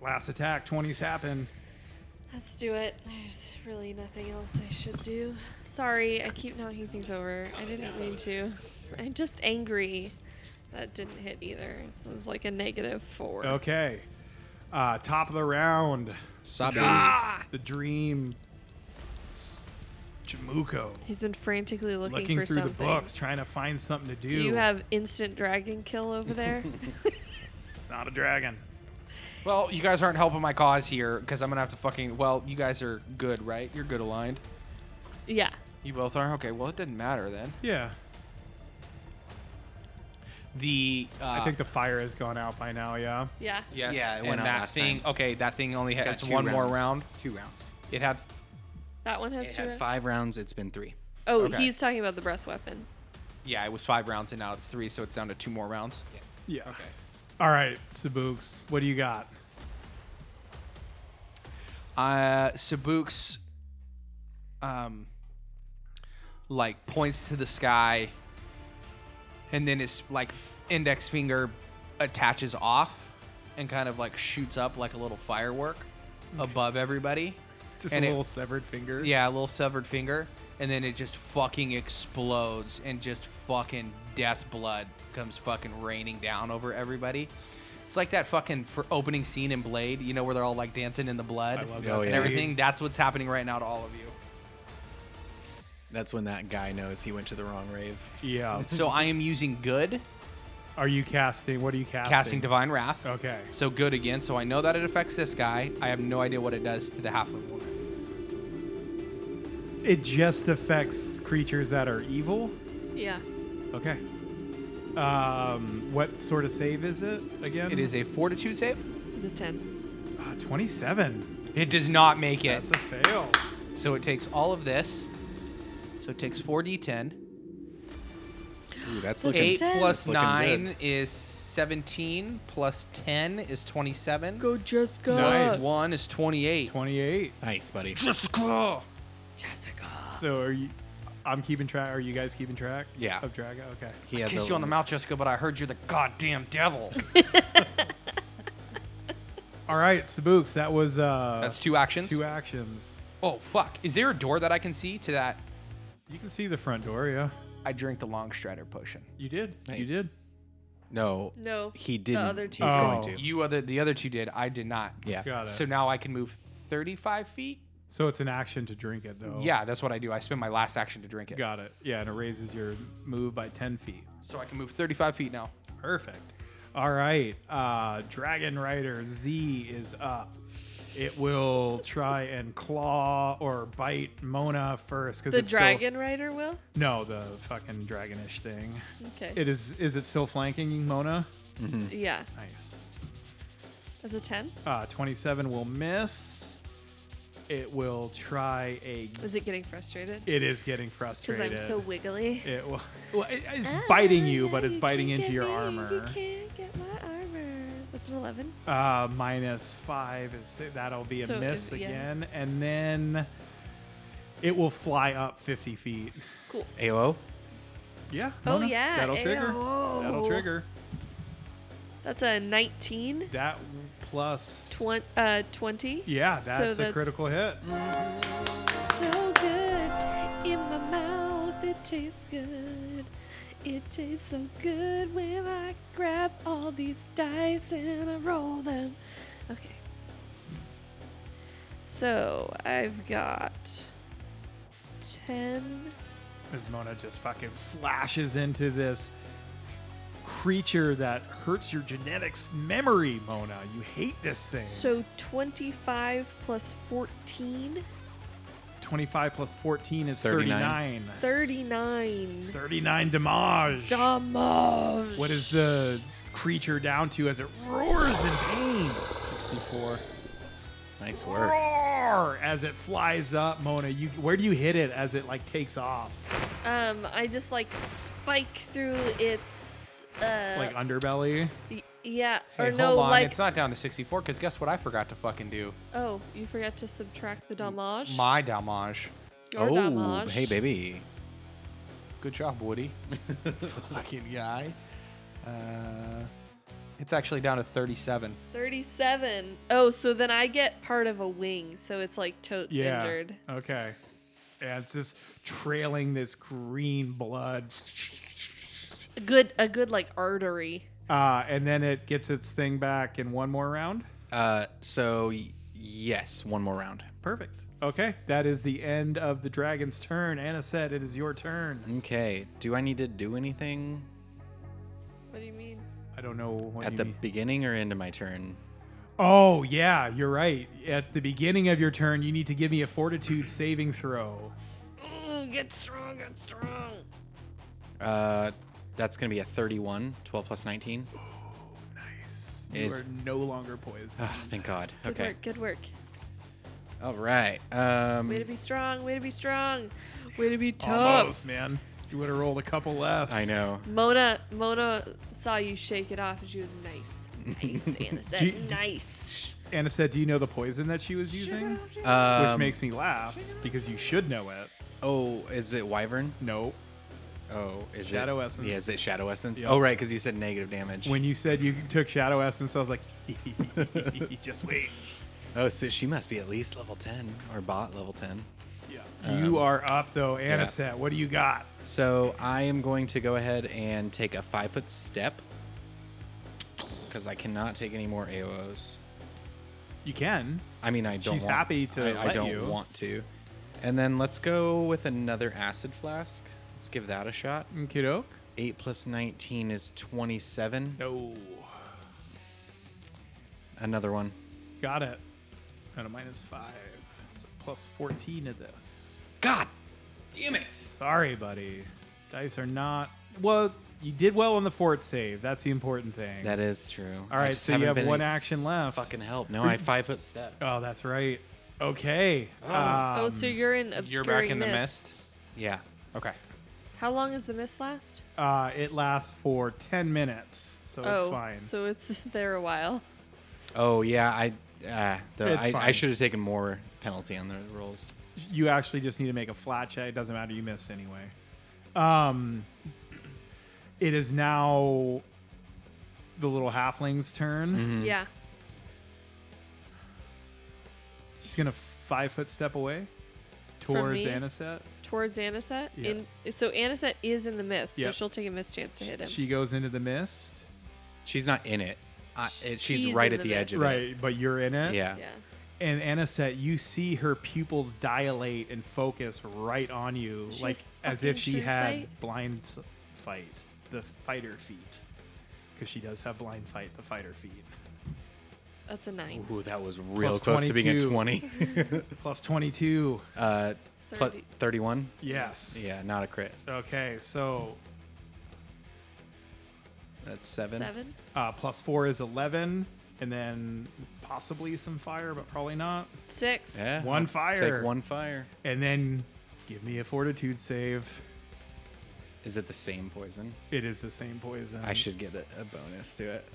last attack, 20s happen.
Let's do it. There's really nothing else I should do. Sorry, I keep knocking things over. I didn't mean to. <laughs> I'm just angry. That didn't hit either. It was like a negative four.
Okay. Uh, top of the round,
Sabe.
Ah!
the dream S- Jamuko
He's been frantically looking,
looking
for
through
something.
the books, trying to find something to do.
Do you have instant dragon
<laughs>
kill over there?
it's not a dragon.
Well, you guys aren't helping my cause here because I'm gonna have to fucking. Well, you guys are good, right? You're good aligned.
yeah.
You both are. Okay. Well, it didn't matter then.
Yeah.
The uh,
Ah.
I think the fire has gone out by now, yeah.
Yeah.
yes,
Yeah, it
and
went out
that
last
thing.
time.
Okay, that thing only
got
had it's
two
one more
rounds.
round.
Two rounds.
It had.
That one has
It
two.
had
ra-
five rounds. It's been three.
Oh,
Okay.
he's talking about the breath weapon.
Yeah, it was five rounds and now it's three, so it's down to two more rounds.
Yes.
Yeah. All right, Sabooks, what do you got?
Uh, Sabuks, um, like points to the sky, and then his like f- index finger attaches off, and kind of like shoots up like a little firework above everybody.
Just
And
a
it-
little severed finger.
Yeah, a little severed finger, and then it just fucking explodes, and just fucking death blood comes fucking raining down over everybody. It's like that fucking for opening scene in Blade, you know, where they're all like dancing in the blood
I love that.
Oh, yeah.
and
scene.
everything. That's what's happening right now to all of
<laughs>
you.
That's when that guy knows he went to the wrong rave.
Yeah.
So I am using good,
Are you casting? What are you casting?
casting divine wrath.
Okay.
So good again. So I know that it affects this guy. I have no idea what it does to the halfling woman.
It just affects creatures that are evil.
Yeah.
Okay. Um, what sort of save is it again?
It is a fortitude save.
It's a 10.
uh, 27.
It does not make it.
That's a fail.
So it takes all of this. So it takes 4d10.
Ooh, that's
Look at
looking.
8
10.
plus
Looking
9 is 17. Plus 10 is 27.
Go, Jessica.
Nice.
Plus 1 is 28.
28.
Nice, buddy.
Jessica.
So are you? I'm keeping track. Are you guys keeping track?
Yeah.
Of Draga. Okay.
He had
Kiss you on the mouth, Jessica, but I heard you're the goddamn devil.
All right, Sabooks. That was uh,
<laughs> That's two actions.
two actions.
oh, fuck. Is there a door that I can see to that?
You can see the front door. Yeah.
I drink the long strider potion.
You did. You
Nice.
did.
No,
No.
he didn't.
other two.
He's
Oh.
going to.
You other the other two did. I did not.
Yeah.
Got it.
So
So,
now I can move 35 feet.
it's an action to drink it though.
Yeah, that's what I do. I spend my last action to drink it.
Oh. Got it. Yeah, and it raises your move by 10 feet.
So I can move 35 feet now.
Perfect. All right. Uh, Dragon Rider Z is up. It will try and claw or bite Mona first because
The
it's still-
dragon rider will?
no, the fucking dragonish thing.
Okay.
It is. Is it still flanking Mona?
yeah.
Nice.
It's a 10.
Uh, Twenty-seven will miss. It will try a.
Is it getting frustrated?
It is getting
Because
frustrated.
I'm so wiggly.
It will. Well, it, it's
Ah,
biting you, but
yeah,
it's biting
can't
into
get
your
me, You
armor.
can't get my armor. That's an 11.
Uh, minus five is that'll be a
So
miss
if- yeah.
again, and then it will fly up fifty feet.
Cool.
AO.
Yeah.
Oh,
Mona,
yeah,
That'll
yeah.
trigger.
Whoa.
That'll trigger.
That's a 19.
That plus.
Twen- uh, 20.
Yeah, that's a
that's-
critical hit.
So good. In my mouth, it tastes good. It tastes so good when I grab all these dice and I roll them. Okay. So I've got 10.
As Mona just fucking slashes into this creature that hurts your genetics memory, Mona. You hate this thing.
So 25 plus 14.
25 plus 14 is 39.
39.
39.
39 damage.
Damage.
What is the creature down to as it roars in pain? 64.
Nice work.
Roar as it flies up, Mona. You where do you hit it as it like takes off?
Um, I just like spike through its. Uh,
Like underbelly?
y- yeah,
Hey,
or
hold
no,
on.
like
it's not down to 64 because guess what I forgot to fucking do?
oh, you forgot to subtract the damage.
My damage.
Your
oh,
damage.
hey baby.
Good job,
<laughs>
Woody. Fucking guy. Uh, it's actually down to 37.
Thirty-seven. Oh, so then I get part of a wing, so it's like totes
Yeah.
injured.
Okay. And it's just trailing this green blood.
A good, a good like artery.
Uh, and then it gets its thing back in one more round.
Uh, so y- yes, one more round.
Perfect. Okay. That is the end of the dragon's turn. Anna said it is your turn.
Okay. Do I need to do anything
What do you mean?
I don't know what
at
you
the
mean.
beginning or end of my turn?
Oh, yeah, you're right. At the beginning of your turn, you need to give me a fortitude saving throw.
Ooh, Mm, get strong, get strong.
Uh, that's gonna be a 31, 12 plus 19.
Nice. You
Is-
are no longer
<sighs>
poisoned.
Oh, thank God.
Good
Okay.
work, good work.
All right. Um,
Way to be strong. Way to be strong. Way to be tough.
Almost, man. You would have rolled a couple less.
I know.
Mona Mona saw you shake it off and she was nice. Nice, Anna said
Do you- do-
nice.
Anna said, "Do you know the poison that she was using?"
Um,
Which makes me laugh because you should know it.
Oh, is it Wyvern?
No.
Oh, is
Shadow
it
Essence.
Yeah, is it Shadow Essence?
Yep.
Oh, right, because you said negative damage.
When you said you took shadow essence, I was like, <laughs> just wait.
oh, so she must be at least level 10 or bot level 10.
Yeah. you are up though, Anna
Um, yeah.
said. What do you got?
So I am going to go ahead and take a five foot step because I cannot take any more AOs.
You can.
I mean, I don't.
She's
want-
happy to
I, I
let
don't
you.
want to. And then let's go with another acid flask. Let's give that a shot.
Kiddo.
Eight plus nineteen is twenty-seven.
No.
Another one.
Got it. At a minus five. So plus 14 to this.
God, damn it!
Sorry, buddy. Dice are not well, you did well on the fort save. That's the important thing.
That is true.
All right, so you have one action left.
Fucking help! No, I have five foot step.
Oh, that's right. Okay.
Oh,
um,
so you're in
You're
obscuring
back in the
mist.
mist.
Yeah.
Okay.
How long does the mist last?
uh, it lasts for ten minutes, so
oh,
it's fine.
so it's <laughs> there a while.
Oh yeah, I. Uh, the,
It's
I, I
fine.
should have taken more penalty on the rolls.
you actually just need to make a flat check. It doesn't matter. You missed anyway. Um, it is now the little halfling's turn.
Mm-hmm.
Yeah.
She's gonna five foot step away
From
towards
me?
Aniset.
Towards Aniset.
Yeah.
In, so Aniset is in the mist, so
Yep.
she'll take a mist chance to hit him.
She goes into the mist.
She's not in it. I, it she's,
She's
right
in
at
the
the edge
mist.
of it.
Right, but you're in it.
Yeah.
yeah.
And Aniset, you see her pupils dilate and focus right on you,
She
like
has
as if
fucking
she
true
had
sight?
blind s- fight, the fighter feet, because she does have blind fight, the fighter feet.
That's a nine.
Ooh, that was real
Plus
close to being a
22.
twenty.
Plus twenty two.
<laughs> uh, plus
Thirty.
thirty-one.
Yes.
Yeah, not a crit.
Okay, so
That's seven.
Seven.
uh, plus four is eleven, and then possibly some fire, but probably not.
Six.
Yeah.
One fire.
Take one fire.
And then give me a fortitude save.
Is it the same poison?
It is the same poison.
I should get a, a bonus to it.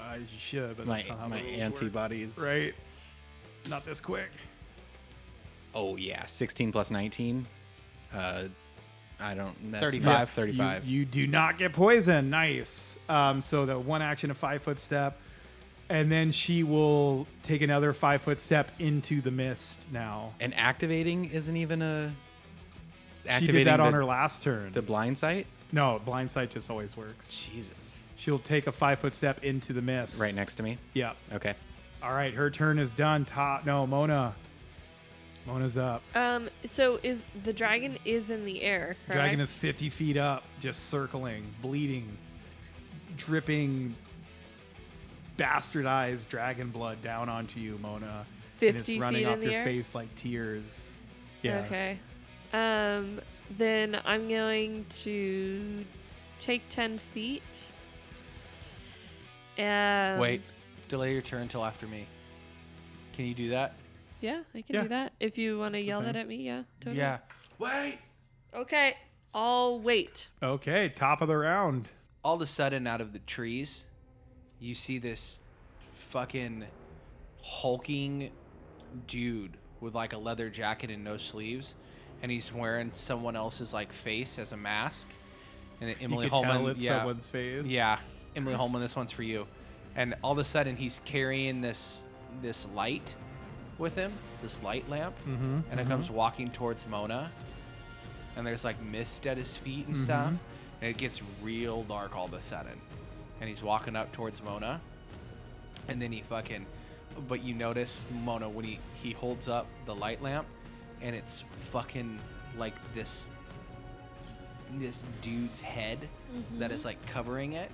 Uh, you should, but
My
that's not how
my
the rules work.
antibodies.
Right. Not this quick.
Oh yeah, sixteen plus nineteen. Uh, I don't. That's
35.
yeah, Thirty-five.
You, you do not get poison. Nice. Um, so the one action, a five foot step, and then she will take another five foot step into the mist. Now
and activating isn't even a.
she did that
the,
on her last turn.
The blind sight.
no, blind sight just always works.
Jesus.
She'll take a five foot step into the mist.
Right next to me.
Yep.
Okay. <laughs>
All right, her turn is done. Top. No, Mona. Mona's up.
Um. So is the dragon is in the air? Correct?
Dragon is 50 feet up, just circling, bleeding, dripping, bastardized dragon blood down onto you, Mona. and
50
it's running
feet
off
in the
your
air?
face like tears. Yeah.
Okay. Um. Then I'm going to take ten feet. Um, And
Wait. Delay your turn till after me. Can you do that?
Yeah, I can
Yeah.
do that. If you want to yell that
thing.
at me, yeah. Totally.
Yeah. Wait.
Okay. I'll wait.
Okay, top of the round.
all of a sudden out of the trees you see this fucking hulking dude with like a leather jacket and no sleeves and he's wearing someone else's like face as a mask and then emily
you can
Holman
tell it's
yeah
someone's face.
yeah emily Holman this one's for you and all of a sudden he's carrying this this light with him this light lamp
Mm-hmm.
and it comes walking towards Mona, and there's like mist at his feet
Mm-hmm.
and stuff, and it gets real dark all of a sudden, and he's walking up towards Mona, and then he fucking, but you notice Mona when he he holds up the light lamp, and it's fucking like this this dude's head
Mm-hmm.
that is like covering it,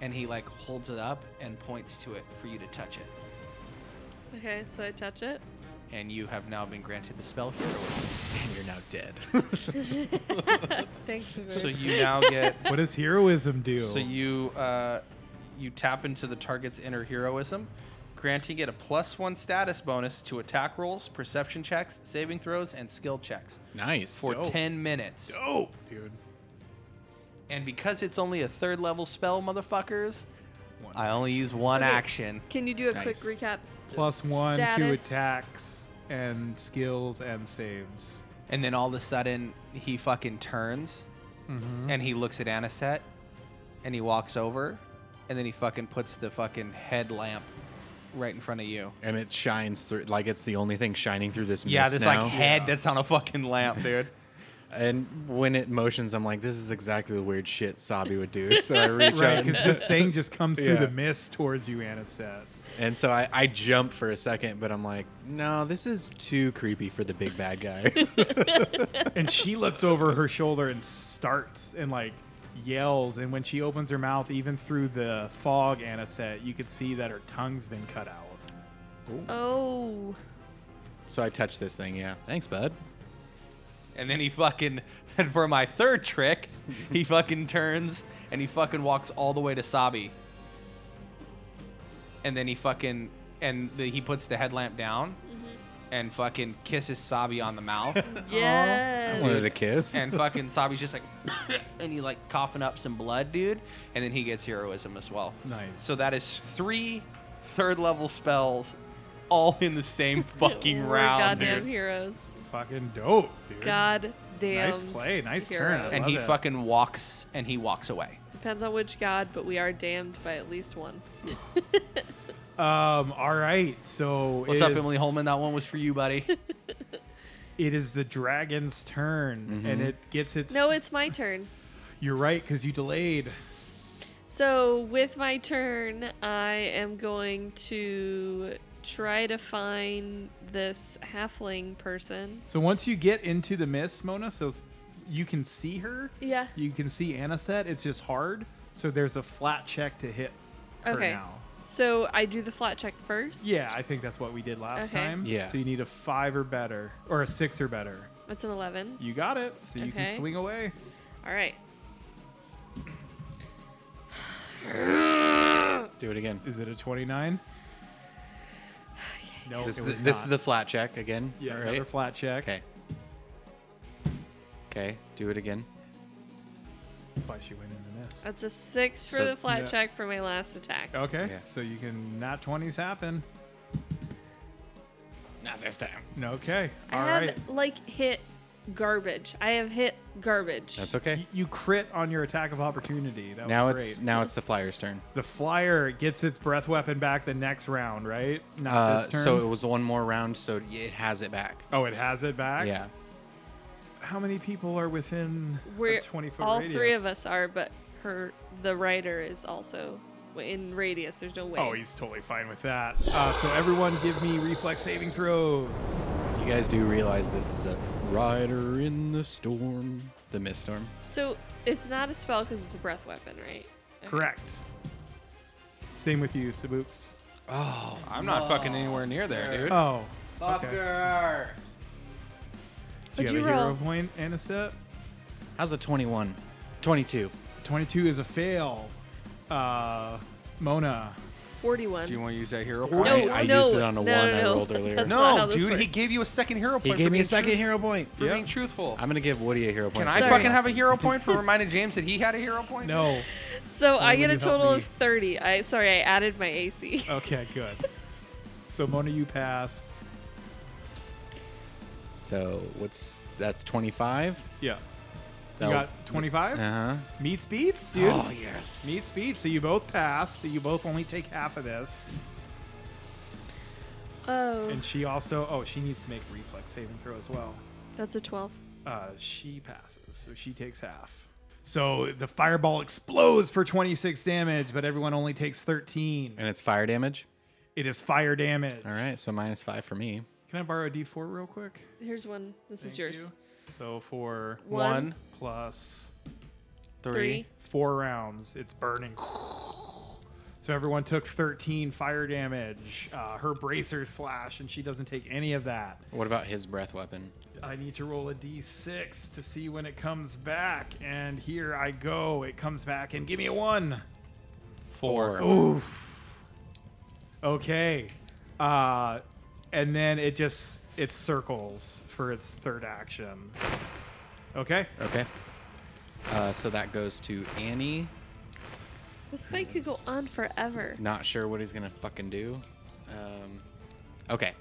and he like holds it up and points to it for you to touch it,
Okay, so I touch it.
and you have now been granted the spell heroism.
And you're now
<laughs>
dead.
Thanks, Uber.
So you now get.
What does heroism do?
so you uh, you tap into the target's inner heroism, granting it a plus one status bonus to attack rolls, perception checks, saving throws, and skill checks
nice.
for
Dope.
10 minutes.
oh, dude.
And because it's only a third level spell, motherfuckers,
One.
I only use one
Okay.
action.
Can you do a
Nice.
quick recap?
Plus one to
Status.
attacks and skills and saves.
And then all of a sudden, he fucking turns and he looks at Aniset and he walks over and then he fucking puts the fucking headlamp right in front of you.
and it shines through like it's the only thing shining through this
Yeah,
mist
this
now.
like head that's on a fucking <laughs> lamp, dude.
and when it motions i'm like this is exactly the weird shit sabi would <laughs> do so i reach
Right,
out
because
and,
this thing just comes through
Yeah.
the mist towards you, Aniset.
<laughs> and so I, I jump for a second but i'm like no this is too creepy for the big bad guy <laughs>
and she looks over her shoulder and starts and like yells and when she opens her mouth even through the fog aniset you could see that her tongue's been cut out
Oh.
so i touch this thing yeah thanks bud
And then he fucking, <laughs> and for my third trick, <laughs> he fucking turns and he fucking walks all the way to Sabi. And then he fucking, and the, he puts the headlamp down and fucking kisses Sabi on the mouth.
Yes.
Wanted a kiss.
and fucking Sabi's just like, <laughs> and he like coughing up some blood, dude. And then he gets heroism as well.
Nice.
So that is three third level spells all in
<laughs>
the same fucking
We're
round.
Goddamn
dude.
heroes.
Fucking dope, dude.
God damn.
Nice play, nice turn. I
and
love
he
it.
fucking walks and he walks away.
Depends on which god, but we are damned by at least one.
Um, all right. So
What's
it
up,
is-
Emily Holman? That one was for
<laughs>
you, buddy.
It is the dragon's turn,
Mm-hmm.
and it gets its.
<laughs> No, it's my turn.
You're right, because you delayed.
So, with my turn, I am going to try to find this halfling person.
So once you get into the mist, Mona, so s- you can see her.
Yeah.
You can see Aniset. It's just hard. So there's a flat check to hit her
Okay.
now.
So, I do the flat check first.
Yeah, I think that's what we did last
Okay.
time.
Yeah.
So you need a five or better, or a six or better.
That's an 11.
You got it. So you
Okay.
can swing away.
All right.
<laughs> Do it again.
Is it a
<sighs>
29? No,
This,
it
is
was
the, this is
not.
the flat check again.
yeah,
right?
another flat check.
Okay. Okay, do it again.
That's why she went in the mist.
That's a 6 for
So-
the flat
Yeah. Oh,
check for my last attack.
Okay,
Yeah.
so you can not 20s happen.
Not this time.
Okay,
I
all right.
have like hit garbage. I have hit garbage.
That's okay.
Y- You crit on your attack of opportunity. That
Now
was
it's
great.
now it's the flyer's turn.
the flyer gets its breath weapon back the next round, right? Not
Uh,
this turn.
so it was one more round, so y- it has it back.
oh, it has it back.
Yeah.
How many people are within
We're
a 20 foot
all
radius?
three of us are, but her the writer is also in radius. There's no way.
Oh, he's totally fine with that. Uh, so everyone, give me reflex saving throws.
You guys do realize this is a rider in the storm, the mist storm.
so it's not a spell because it's a breath weapon, right? Okay.
Correct. Same with you, Sabuks.
I'm not fucking anywhere near there, dude.
Oh, okay. Do you
What'd
have
you
a hero
roll?
point, Anisette?
How's a 21? 22.
22 is a fail. Uh, Mona.
Forty-one.
Do you want to use that hero
no,
point?
I- I
no,
used it on
no,
a one
no,
I
no. <laughs>
rolled earlier.
That's
No,
not how
No,
this
dude, he
works.
gave you a second hero point.
He
for
gave me
being
a second
truth-
hero point.
for being truthful.
I'm gonna give Woody a hero point.
Can I
Sorry.
fucking have a hero point for reminding James that he had a hero point?
No.
So I
will
get a
you help
total
me?
of thirty. I sorry, I added my
<laughs>
AC.
Okay, good. So Mona, you pass.
So what's that's 25?
Yeah. You
That'll-
got 25?
Uh huh.
Meets beats, dude.
Oh,
yes.
Meets beats. So you both pass. So you both only take half of this.
Oh,
And she also, oh, she needs to make a reflex saving throw as well.
that's a twelve.
Uh, she passes. So she takes half. So the fireball explodes for 26 damage, but everyone only takes 13.
And it's fire damage.
It is fire damage.
All right, so minus five for me.
Can I borrow a d4 real quick?
Here's one. This is
Thank
yours.
you. So for
One,
plus
Three.
four rounds. It's burning. So everyone took 13 fire damage. Uh, her bracers flash, and she doesn't take any of that.
What about his breath weapon?
I need to roll a d6 to see when it comes back. And here I go. It comes back and give me a one.
Four.
Oof. Okay. Uh, and then it just it circles for its third action. Okay.
Okay. Uh, so that goes to Annie.
This fight could go on forever.
Not sure what he's gonna fucking do. Um, okay.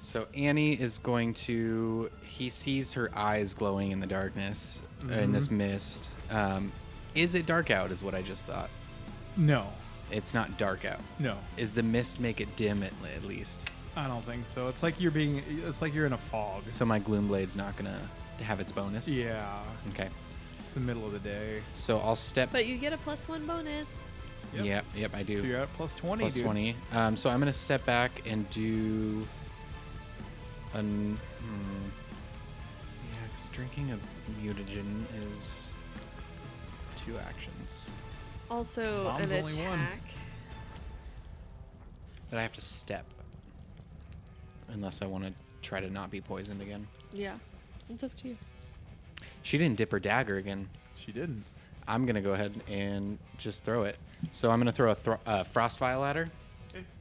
So Annie is going to. He sees her eyes glowing in the darkness, uh, in this mist. Um, is it dark out? Is what I just thought.
No.
It's not dark out.
No.
Is the mist make it dim at, at least?
I don't think so. It's like you're being. It's like you're in a fog.
So my gloom blade's not gonna have its bonus.
Yeah.
Okay.
It's the middle of the day.
So I'll step.
But you get a plus one bonus.
yep. yep. I do.
So you're at plus 20,
Plus
dude.
20. Um, so I'm going to step back and do. An, hmm. Yeah, 'cause drinking a mutagen is two actions.
Also
Mom's
an
only one.
attack.
But I have to step. Unless I want to try to not be poisoned again.
Yeah. It's up to you.
She didn't dip her dagger again.
She didn't.
I'm gonna go ahead and just throw it. So I'm gonna throw a thro- uh, frost vial at her.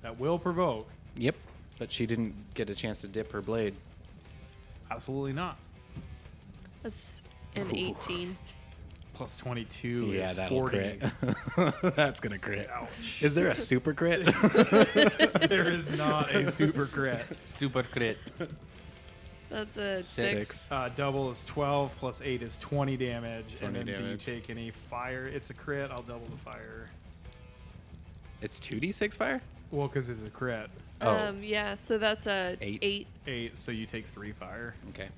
That will provoke.
Yep, but she didn't get a chance to dip her blade.
Absolutely not.
That's an 18.
Plus 22 is
that's
40.
crit. <laughs> that's gonna crit. Is there a super crit?
<laughs>
<laughs>
there is not a super crit.
Super crit.
<laughs> That's
<laughs>
a
Six.
six.
Uh, double is 12, plus 8 is 20 damage.
20
and then
damage.
do you take any fire? It's a crit. I'll double the fire.
It's two d six fire.
Well, because it's a crit.
Oh.
Um, yeah, so that's a
Eight.
eight.
8, so you take 3 fire.
Okay.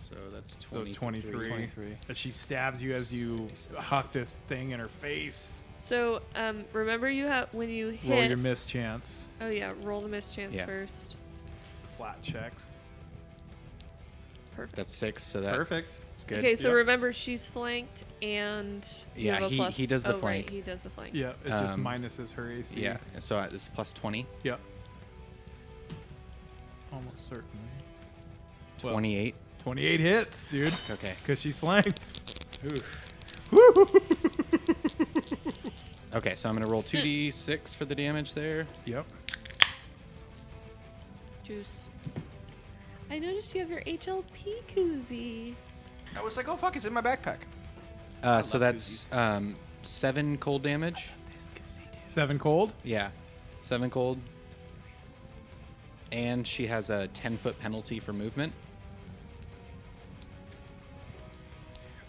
So that's
So
twenty.
23.
23.
As she stabs you as you huck this thing in her face.
So um, remember you have when you
Roll
hit.
your miss chance.
oh yeah, roll the miss chance
Yeah.
first.
Flat checks.
Perfect.
That's six. So that's
Perfect.
good.
Okay, so
Yep.
remember she's flanked and you
Yeah,
have a
he-
plus.
he does the
oh,
flank.
Right, he does the flank.
Yeah, it just
Um,
minuses her AC.
Yeah. So I- this is plus twenty.
Yep. Almost certainly. Well,
Twenty-eight.
28 hits, dude.
Okay.
Because she's flanked.
Okay. So I'm gonna roll two
Hmm.
d six for the damage there.
Yep.
Juice. I noticed you have your HLP koozie.
I was like, oh fuck, it's in my backpack.
Uh, so that's um, seven cold damage.
Seven cold.
Yeah, seven cold. And she has a ten foot penalty for movement.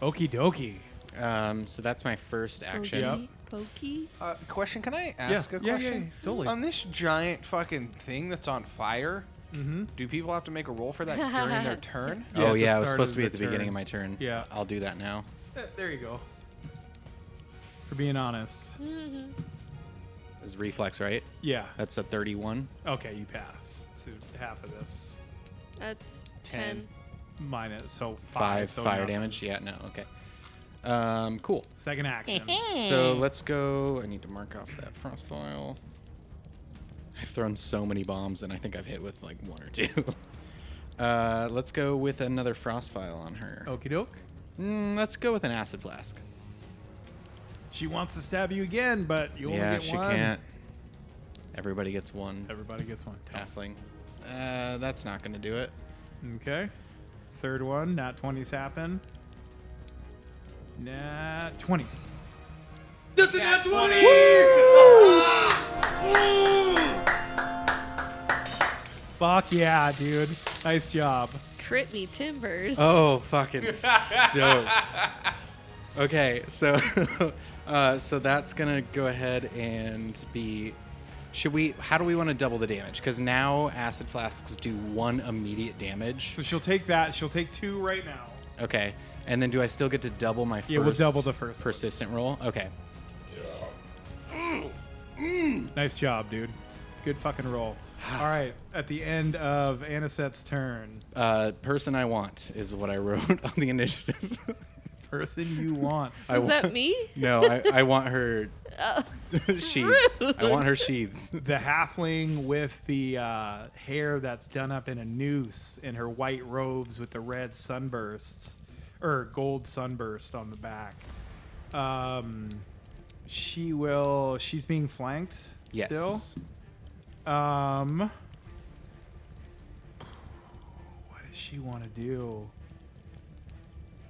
Okie dokie.
Um, so that's my first action.
Yep.
Spooky, Pokey.
Uh, question, can I ask a
yeah, yeah,
question?
yeah, totally.
On this giant fucking thing that's on fire,
Mm-hmm.
do people have to make a roll for that during their turn?
Yeah,
oh
it's the
yeah, I was
start
supposed
of
to be at
the
the beginning
turn.
of my turn.
Yeah.
I'll do that now.
Eh, There you go. For being honest.
Is reflex right?
Yeah.
That's a thirty-one.
Okay, you pass. So half of this.
That's
Ten.
ten.
Minus. So
Five
five. so
fire
nothing.
damage. Yeah, no, okay. Um, cool.
Second action.
So let's go. I need to mark off that frost vial. I've thrown so many bombs, and I think I've hit with like one or two. <laughs> Uh, let's go with another frost vial on her.
Okie doke.
Mm, let's go with an acid flask.
She wants to stab you again, but you only
yeah,
get
she
one.
can't. Everybody gets one.
Everybody gets one.
Halfling. Uh, that's not gonna do it.
Okay. Third one, nat 20s happen. Nat 20. That's a nat 20! Fuck yeah, dude. Nice job.
Crit me timbers.
Oh, fucking stoked. Okay, so <laughs> uh, so that's gonna go ahead and be. Should we? How do we want to double the damage? Because now acid flasks do one immediate damage.
So she'll take that. She'll take two right now.
Okay, and then do I still get to double my? First
Yeah, we'll double the first one.
persistent roll. Okay,
Nice job, dude. Good fucking <sighs> roll. All right, at the end of Aniset's turn,
uh, person I want is what I wrote <laughs> on the initiative.
person you want.
I
Is that
want-
me?
No, I, I want her sheaths. I want her sheaths.
the halfling with the uh, hair that's done up in a noose and her white robes with the red sunbursts or gold sunburst on the back um, she will she's being flanked
Yes.
still um what does she want to do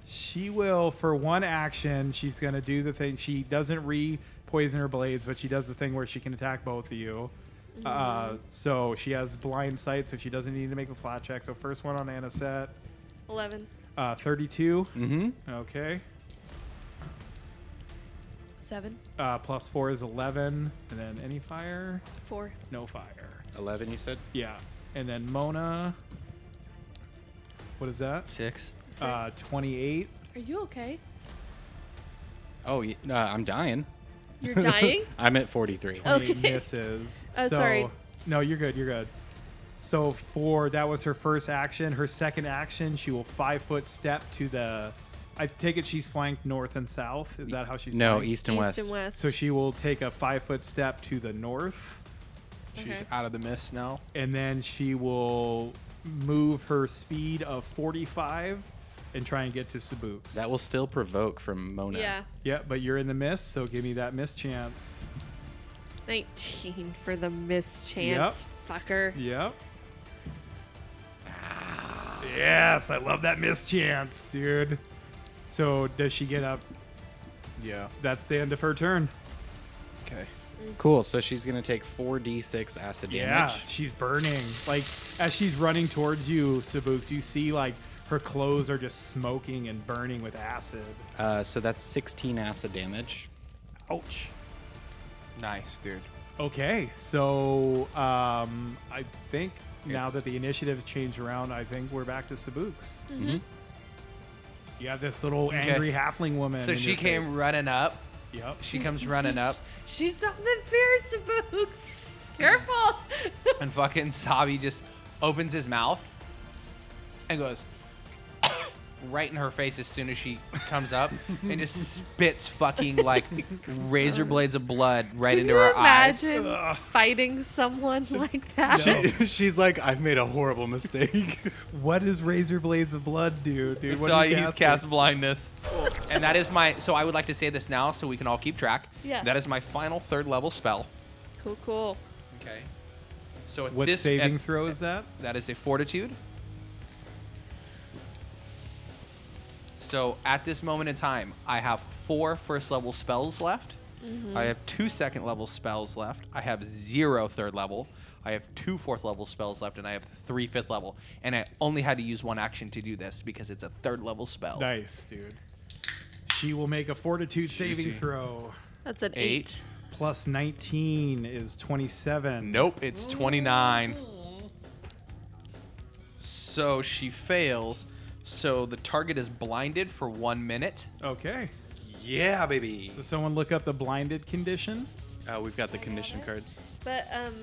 she will for one action she's going to do the thing she doesn't re-poison her blades but she does the thing where she can attack both of you uh, so she has blind sight so she doesn't need to make a flat check so first one on anaset
Eleven.
uh, 32
Mm-hmm.
okay
Seven.
uh, plus 4 is 11 and then any fire
Four.
no fire
Eleven, you said.
yeah and then mona what is that
Six.
Six.
uh, 28
Are you okay?
Oh, y- uh, I'm dying.
You're dying?
I'm at 43.
Oh.
He
Okay. <laughs>
misses.
Uh, sorry.
No, you're good. You're good. So for that was her first action. Her second action, she will five foot step to the. I take it she's flanked north and south. Is that how she's?
No,
flanked?
east and west.
East and west.
So she will take a five foot step to the north,
okay.
She's out of the mist now.
and then she will move her speed of forty five and try and get to Sabuks.
That will still provoke from Mona.
Yeah.
Yeah, but you're in the mist, so give me that miss chance.
19 for the mischance, fucker.
Yep. Yes, I love that miss chance, dude. So does she get up?
Yeah.
That's the end of her turn.
Okay.
Cool. So she's gonna take four d6 acid
Yeah,
damage.
she's burning. Like as she's running towards you, Sabuks, you see like her clothes are just smoking and burning with acid.
Uh, so that's 16 acid damage.
Ouch.
Nice, dude.
Okay, so um, I think now
It's-
that the initiative's changed around, I think we're back to Sabuks. Mm-hmm. You have this little angry halfling woman.
So
in
she
your
came
face.
running up.
Yep.
She comes running up
She's something fierce, Books. Careful.
and fucking Sabi just opens his mouth and goes <coughs> right in her face as soon as she
<laughs>
comes up and just spits fucking like razor blades of blood <laughs> right
Can
into
you
her eyes.
imagine fighting
<laughs>
someone like that?
She's like, I've made a horrible mistake.
What is Razor Blades of Blood do, dude? What
so
are you
he's
casting?
cast blindness. and that is my so I would like to say this now so we can all keep track.
Yeah.
That is my final third level spell.
Cool, cool.
Okay. So at
What
this
saving
at-
throw is that?
That is a fortitude. So at this moment in time, I have four first level spells left. I have two second level spells left. I have zero third level. I have two fourth level spells left, and I have three fifth level. And I only had to use one action to do this because it's a third level spell.
Nice, dude. She will make a Fortitude saving throw.
That's an eight.
Eight.
Plus 19 is 27.
Nope, it's 29.
So she fails. So the target is blinded for one minute.
Okay.
yeah, baby.
So someone look up the blinded condition.
Uh, we've <laughs> got the condition cards.
But um,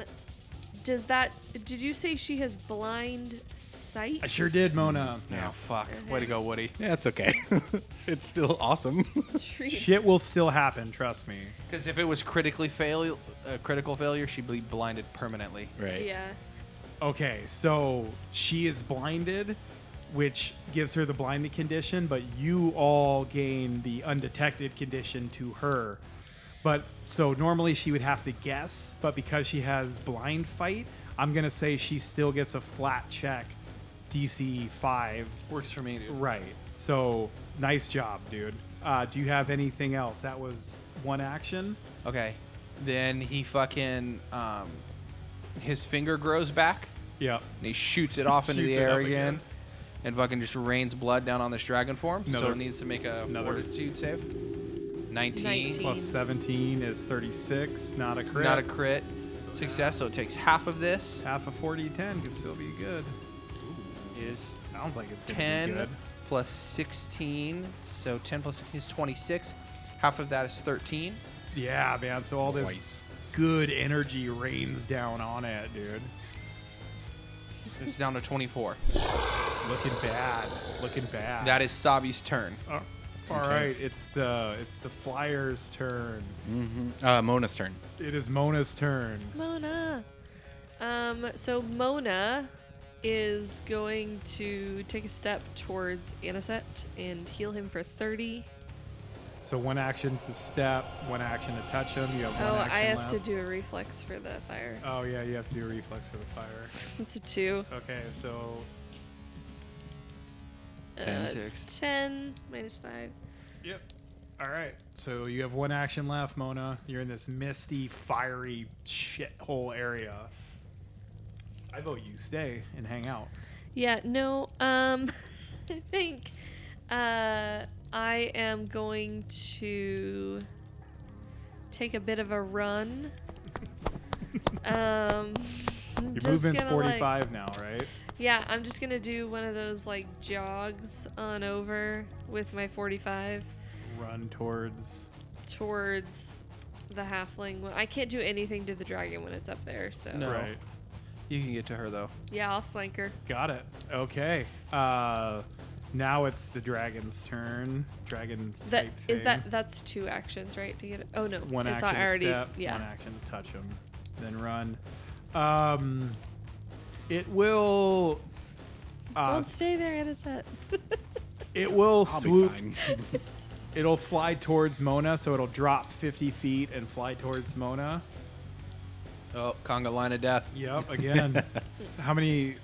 does that? Did you say she has blind sight?
I sure
<laughs>
did, Mona.
Mm,
Oh fuck! Way to go, Woody.
Yeah, it's okay. it's still awesome.
Treat-
Shit will still happen, trust me.
Because if it was critically fail, uh, critical failure, she'd be blinded permanently.
<laughs> right.
Yeah.
Okay, so she is blinded, which gives her the blinded condition, but you all gain the undetected condition to her. But so normally she would have to guess, but because she has blind fight, I'm going to say she still gets a flat check DC 5.
Works for me, dude.
Right. So nice job, dude. Uh, do you have anything else? That was one action.
Okay. Then he fucking um, his finger grows back
Yep.
and he shoots it off into
Shoots
the
it
air
up again.
again, and fucking just rains blood down on this dragon form. So
Another-
it needs to make a
another-
fortitude save. 19.
19.
Plus 17 is 36. Not a crit.
Not a crit. Success, so it takes half of this.
Half a 40 10 could still be good.
Is
Sounds like it's gonna
10
be good.
plus 16. So 10 plus 16 is 26. Half of that is 13.
Yeah, man. So all this
Nice.
good energy rains down on it, dude.
It's down to 24.
Looking bad. Looking bad.
That is Sabi's turn.
Uh, all right, it's the it's the Flyers' turn.
Uh, Mona's turn.
It is Mona's turn.
Mona. Um. So Mona is going to take a step towards Aniset and heal him for 30.
So one action to step, one action to touch him. You have one
Oh,
action
I have
left.
to do a reflex for the fire.
Oh yeah, you have to do a reflex for the fire.
It's a two.
Okay, so
Uh, it's 10 minus 5.
Yep. All right. So you have one action left, Mona. You're in this misty, fiery shithole area. I vote you stay and hang out.
Yeah, no. Um, <laughs> I think uh, I am going to take a bit of
<laughs>
a run. um,
Your
just
movement's
gonna, like-
45 now, right?
yeah, I'm just gonna do one of those like jogs on over with my 45
Run towards.
towards the halfling. one. I can't do anything to the dragon when it's up there, so
Right.
You can get to her, though.
yeah, I'll flank her.
Got it. Okay. Uh, now it's the dragon's turn. Dragon.
That
type
is
thing.
that. That's two actions, right? To get it. Oh no,
one
it's
action
already.
to step,
yeah.
one action to touch him, then run. Um, it will. Uh,
Don't stay there, Anisette.
It will
I'll
swoop.
<laughs> be fine.
It'll fly towards Mona, so it'll drop 50 feet and fly towards Mona.
Oh, conga line of death.
<laughs> Yep, again. how many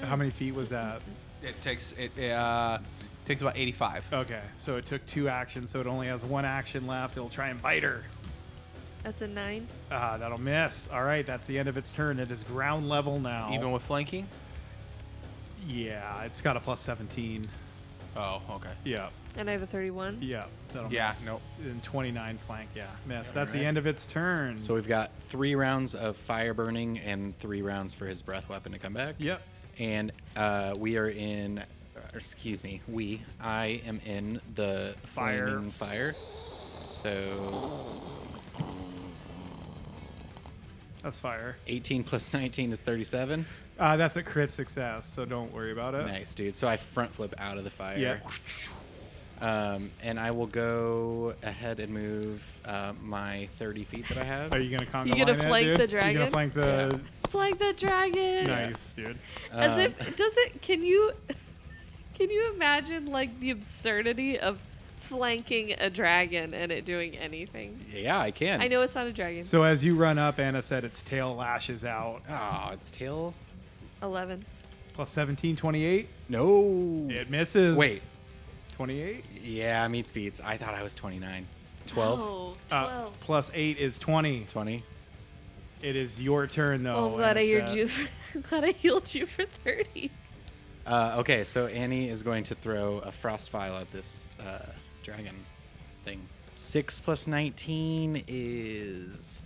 how many feet was that?
It takes it uh, takes about 85.
Okay, so it took two actions, so it only has one action left. It'll try and bite her.
That's a nine.
Ah, that'll miss. All right, that's the end of its turn. It is ground level now.
Even with flanking?
yeah, it's got a plus 17.
Oh, okay.
Yeah,
And I have a 31.
yeah, that'll
Yeah,
miss.
nope.
And 29 flank, yeah, miss. that's the
right.
end of its turn.
So we've got three rounds of fire burning and three rounds for his breath weapon to come back.
yep.
And uh, we are in, or excuse me, we, I am in the
Fire.
flaming fire. So
That's fire.
18 plus 19 is 37.
Uh, that's a crit success, so don't worry about it.
Nice, dude. So I front flip out of the fire.
Uh. Yeah.
Um, and I will go ahead and move uh, my 30 feet that I have.
Are you gonna conga
You gonna
line it,
flank
dude?
the
You gonna
dragon?
flank the?
Flag the <laughs> dragon.
Nice, dude.
As
Um,
if does it? Can you? <laughs> Can you imagine like the absurdity of flanking a dragon and it doing anything?
Yeah, I can.
I know it's not a dragon.
So as you run up, Anna said its tail lashes out.
Oh, its tail.
Eleven.
Plus 17, 28.
No.
It misses.
Wait.
28?
Yeah, meets beats. I thought I was 29. 12?
Oh,
Uh,
twelve.
plus 8 is 20.
20?
It is your turn, though.
oh, I'm glad I
Anna
healed
said.
you. For, <laughs> I'm glad I healed you for thirty.
Uh, okay, so Annie is going to throw a frost file at this uh, dragon thing. 6 plus 19 is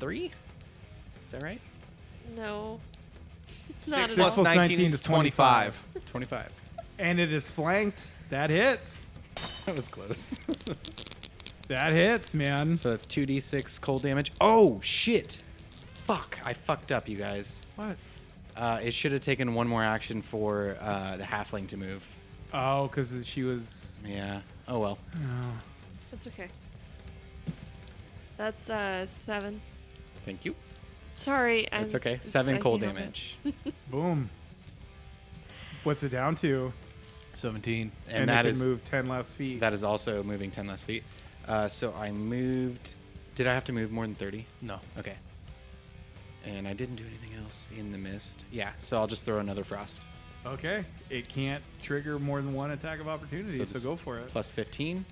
23? Is that right?
No. Not
Six
at all.
plus 19 is 25.
25.
And it is flanked. That hits.
<laughs> That was close.
That hits, man.
<laughs> so that's 2d6 cold damage. Oh, shit! Fuck, I fucked up, you guys.
What?
Uh, it should have taken one more action for uh, the halfling to move.
Oh, because she was.
Yeah. Oh, well.
That's okay. That's uh seven.
Thank you.
Sorry, I'm,
It's okay. Seven
I
cold
can't help it. <laughs>
damage.
Boom. What's it down to?
17.
And, that
it
is
can move 10 less feet.
that is also moving ten less feet. Uh, so I moved. Did I have to move more than thirty?
No.
Okay. And I didn't do anything else in the mist. Yeah. So I'll just throw another frost.
okay. It can't trigger more than one attack of opportunity, so,
this-
go for it.
Plus fifteen.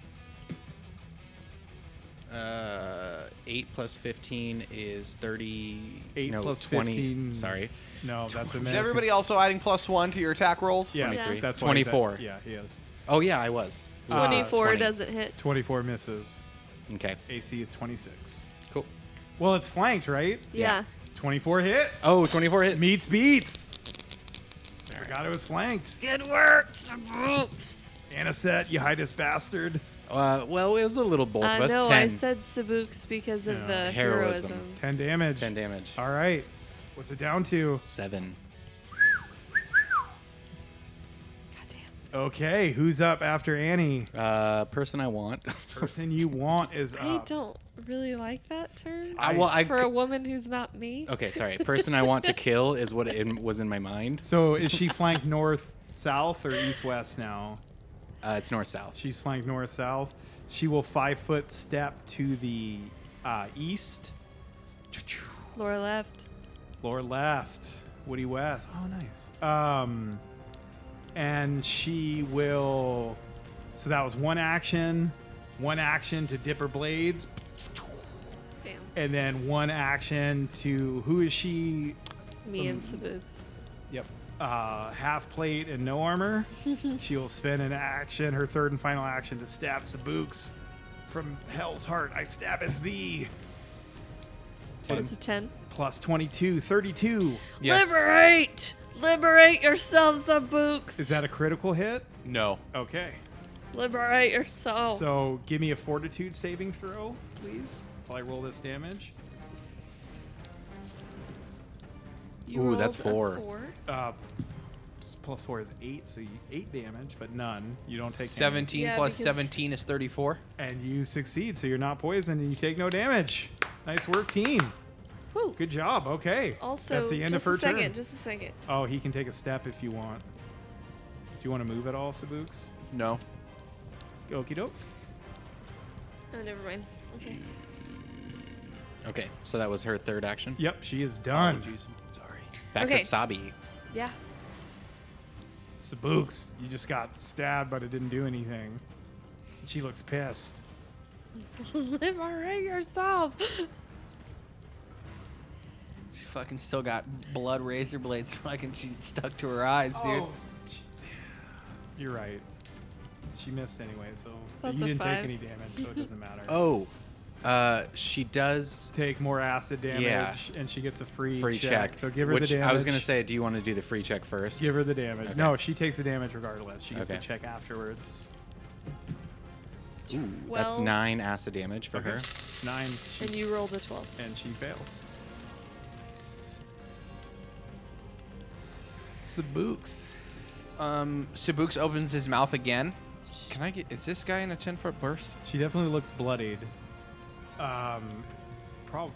Uh, eight plus fifteen is thirty.
Eight
no,
plus
20,
15.
Sorry.
No, that's a miss.
Is everybody also adding plus one to your attack rolls?
Yeah,
23.
that's what he said.
24.
Yeah, he is.
Oh yeah, I was.
Uh,
24
20.
doesn't hit.
24 misses.
Okay.
AC is 26.
Cool.
Well, it's flanked, right?
Yeah.
24 hits.
Oh, 24 hits.
Meets beats. I forgot it was flanked.
Good work, Sabuks.
Anaset, you hide this bastard.
Uh, well, it was a little both
Uh,
of us.
no,
ten.
I said Sabuks because of
Yeah.
the
Heroism.
heroism.
10 damage.
ten damage.
All right. What's it down to?
Seven.
Goddamn.
Okay, who's up after Annie?
Uh, person I want.
Person you want is
I
up.
don't really like that term
<laughs> Uh, I, well, I
for a
c-
woman who's not me.
okay. Sorry, person
<laughs>
I want to kill is what it was in my mind.
So is she flanked north, south, or east, west now?
Uh, it's north south.
She's flanked north, south. She will five foot step to the uh, east.
Laura left.
Lower left, Woody West. Oh, nice. Um, and she will. So that was one action, one action to dip her blades,
Damn.
and then one action to who is she?
Me
Um,
and Sabuks.
Uh, half plate and no
<laughs>
armor. she will spend an action, her third and final action, to stab Sabuks from Hell's Heart. I stabbeth thee.
It's a 10.
Plus 22, 32.
Liberate! Liberate yourselves, Sabuks!
Is that a critical hit?
No.
Okay.
Liberate yourself.
So give me a fortitude saving throw, please, while I roll this damage.
You
Ooh, that's
rolled a
four.
Uh, s- plus four is eight, so you, eight damage, but none. You don't take damage.
17
Yeah,
plus
because-
17 is 34.
And you succeed, so you're not poisoned and you take no damage. Nice work, team.
Whew.
Good job. Okay.
Also,
that's the end
just
of her
a second,
turn.
just a second.
Oh, he can take a step if you want. you want to move at all, Sabooks?
No.
Okie doke.
Oh, never mind. Okay.
Okay, so that was her third action.
Yep, she is done.
Apologies, I'm Sorry. Back
Okay.
to Sabi.
Yeah. <laughs>
Sabooks, you just got stabbed, but it didn't do anything. She looks pissed.
Live alright yourself.
She fucking still got blood razor blades <laughs> fucking she stuck to her eyes, dude.
Oh.
she- you're right. She missed anyway, so
That's
you
a
didn't take
five.
any damage, so it
<laughs>
doesn't matter.
Oh, uh, she does
Take more acid damage,
Yeah.
and she gets a free,
free
check.
check.
So give her
which
the damage.
I was gonna say, do you want to do the free check first?
Give her the damage.
Okay.
No, she takes the damage regardless. She gets the
Okay.
check afterwards.
That's
Well-
nine acid damage for her.
Nine,
And
she,
you rolled a 12.
and she fails. Sabooks.
Um, Sabooks opens his mouth again. Can I get? Is this guy in a ten foot burst?
She definitely looks bloodied. Um, probably.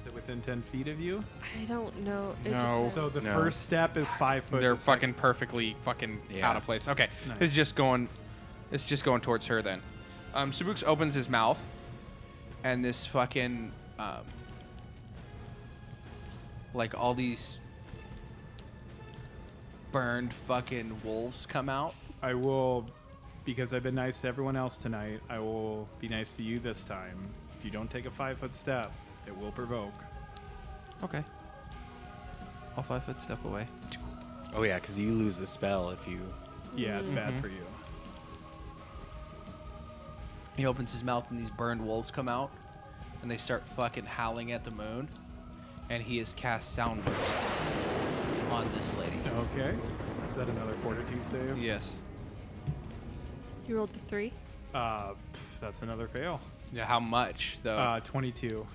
Is it within 10 feet of you?
I don't know. It
No.
depends.
So the
No.
first step is five foot.
They're
the sec-
fucking perfectly fucking
Yeah.
out of place. Okay,
Nice.
it's just going, it's just going towards her then.
Um, Sabooks opens his mouth, and this fucking, um, like all these burned fucking wolves come out.
I will, because I've been nice to everyone else tonight, I will be nice to you this time. If you don't take a five foot step, it will provoke.
Okay. I'll five foot step away.
Oh yeah, because you lose the spell if you.
Yeah, it's bad for you.
He opens his mouth, and these burned wolves come out, and they start fucking howling at the moon. And he has cast sound burst on this lady.
Okay. Is that another fortitude save?
Yes.
You rolled the 3.
Uh, pff, that's another fail.
Yeah, how much though?
Uh, 22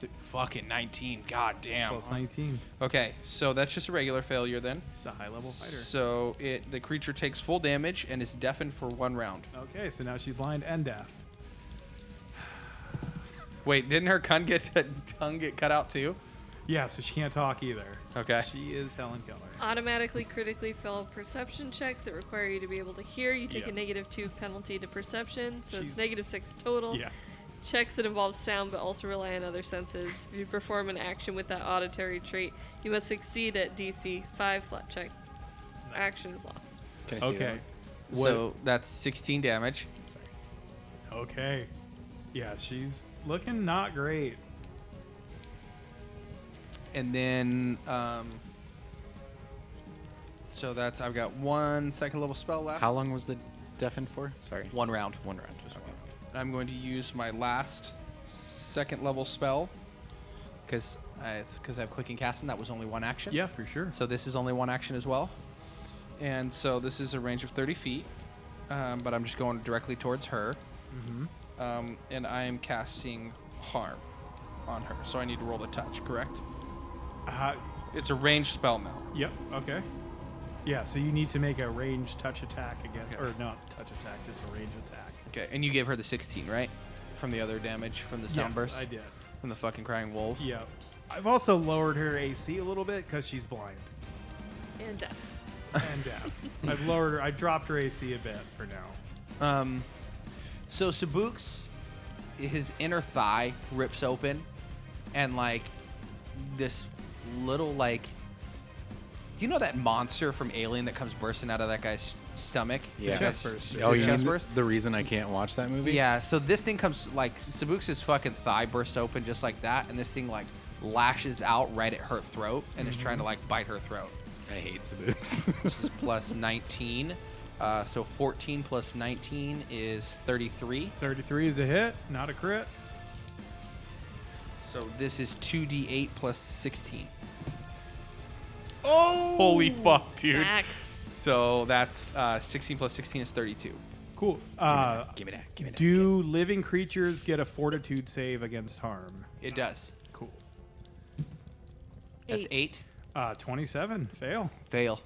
Th- fucking 19. God damn.
plus 19.
Okay, so that's just a regular failure then.
It's a high level fighter.
So it the creature takes full damage and is deafened for one round.
Okay, so now she's blind and deaf.
Wait, didn't her tongue get <laughs> tongue get cut out too?
Yeah, so she can't talk either.
Okay.
She is Helen Keller.
Automatically critically fail perception checks that require you to be able to hear. You take
Yeah.
a negative 2 penalty to perception, so
Jeez.
it's negative 6 total.
Yeah.
Checks that involve sound but also rely on other senses. If you perform an action with that auditory trait, you must succeed at DC 5 flat check. Action is lost.
Can I see
Okay.
So that's 16 damage.
Okay. Yeah, she's looking not great.
And then, um,
So that's I've got one second level spell
That?
left.
How long was the deafened for? Sorry.
one round.
One round. Just one round.
I'm going to use my last second level spell.
Because uh, it's because I have quick and cast, and that was only one action.
Yeah, for sure.
So this is only one action as well. And so this is a range of 30 feet, um, but I'm just going directly towards her. Um, and I am casting harm on her. So I need to roll the touch, correct?
Uh,
It's a ranged spell now.
yep. Okay. Yeah, so you need to make a range touch attack again, or not touch attack, just a range attack.
Okay. And you gave her the 16, right? From the other damage from the sound
yes,
burst
I did.
from the fucking crying wolves.
Yeah. I've also lowered her AC a little bit because she's blind
And death.
and
<laughs>
deaf. I've lowered her. I dropped her AC a bit for now.
Um, so Sabooks, his inner thigh rips open, and like this little like, you know that monster from Alien that comes bursting out of that guy's stomach?
Yeah.
chest burst.
Oh, you
Chest
mean
burst?
the reason I can't watch that movie?
Yeah. So this thing comes like Sabooks' fucking thigh bursts open just like that, and this thing like lashes out right at her throat and is
Mm-hmm.
trying to like bite her throat.
I hate <laughs> Sabooks.
Which is plus 19. Uh, so 14 plus 19 is 33.
33 is a hit, not a crit.
So this is 2d8 plus 16.
Oh!
Holy fuck, dude.
Max.
So that's uh, 16 plus 16 is 32.
Cool. Uh,
give me that. Give me that.
do living creatures get a fortitude save against harm?
It does.
Cool.
That's 8.
Uh, 27, fail.
Fail.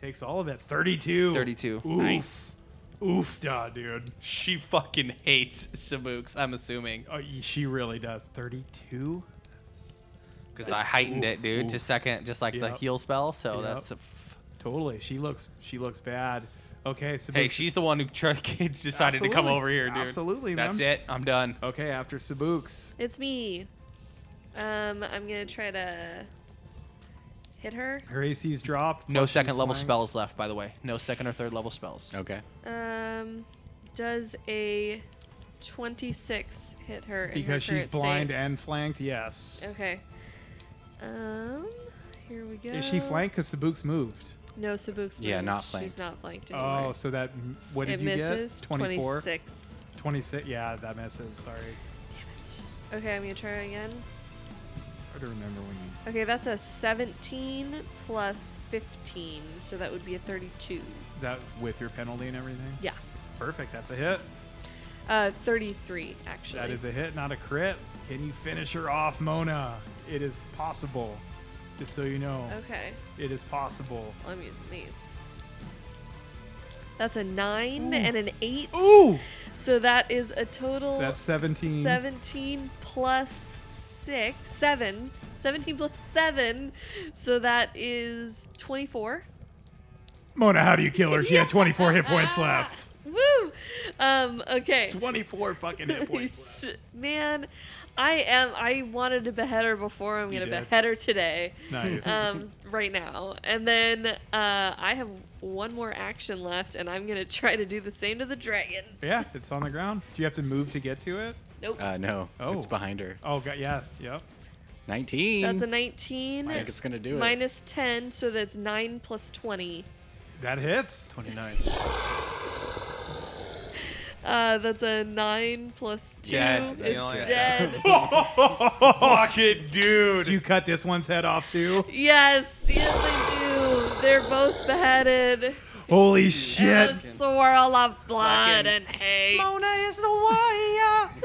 Takes all of it. 32.
32.
Oof. Oof, da, dude.
She fucking hates Sabooks, I'm assuming.
Oh, y- she really does. 32?
Because I heightened
Oof,
it, dude.
oof.
Just second, just like the
Yep.
heal spell. So
Yep.
that's a f-
Totally. She looks she looks bad. Okay, Sabuks.
Hey, she's the one who <laughs> tr- decided to come
Absolutely.
over here, dude.
Absolutely,
That's
man.
it. I'm done.
Okay, after Sabuks.
It's me. Um, I'm gonna try to hit her.
Her AC's dropped.
No
plus she's
second level
flying.
spells left, by the way. No second or third level spells.
Okay.
Um, does a 26 hit her? in her
Because she's
current state?
blind and flanked, yes.
Okay. Um, here we go.
Is she flanked? Because Sabuks moved.
No, Sabuks.
Yeah,
moved.
not
She's
flanked.
not flanked anymore.
Oh, so that what did
it
you
misses.
get? 24?
26.
26. Yeah, that misses. Sorry.
Okay, I'm gonna try again.
Hard to remember when you.
Okay, that's a 17 plus 15, so that would be a 32.
That with your penalty and everything?
Yeah,
Perfect. That's a hit.
uh, 33 actually.
That is a hit, not a crit. Can you finish her off, Mona? It is possible. Just so you know,
Okay,
it is possible.
well, I'm using these. That's a nine and an eight.
Ooh!
So that is a total
That's 17.
17 plus six, seven. 17 plus seven, so that is 24.
Mona, how do you kill her? She had 24 hit
<laughs>
points left.
Woo! Um, okay.
24 fucking hit
<laughs> Man, I am. I wanted to behead her before. I'm gonna
did.
behead her
<laughs>
today,
Nice.
um, right now. And then uh, I have one more action left, and I'm gonna try to do the same to the dragon.
yeah, it's on the ground. Do you have to move to get to it?
Nope,
Uh, no.
Oh.
It's behind her.
Oh, God, yeah, yep.
19.
that's a 19.
I think it's gonna do it.
Minus 10, so that's nine plus 20.
That hits.
29.
Uh, that's a nine plus two.
Dead.
It's
Yeah, yeah.
<laughs>
dead.
Fuck it, dude. Do you cut this one's head off too?
yes, yes, I do. They're both beheaded.
Holy
And
shit.
a swirl of blood and hate.
is the
<laughs>
warrior.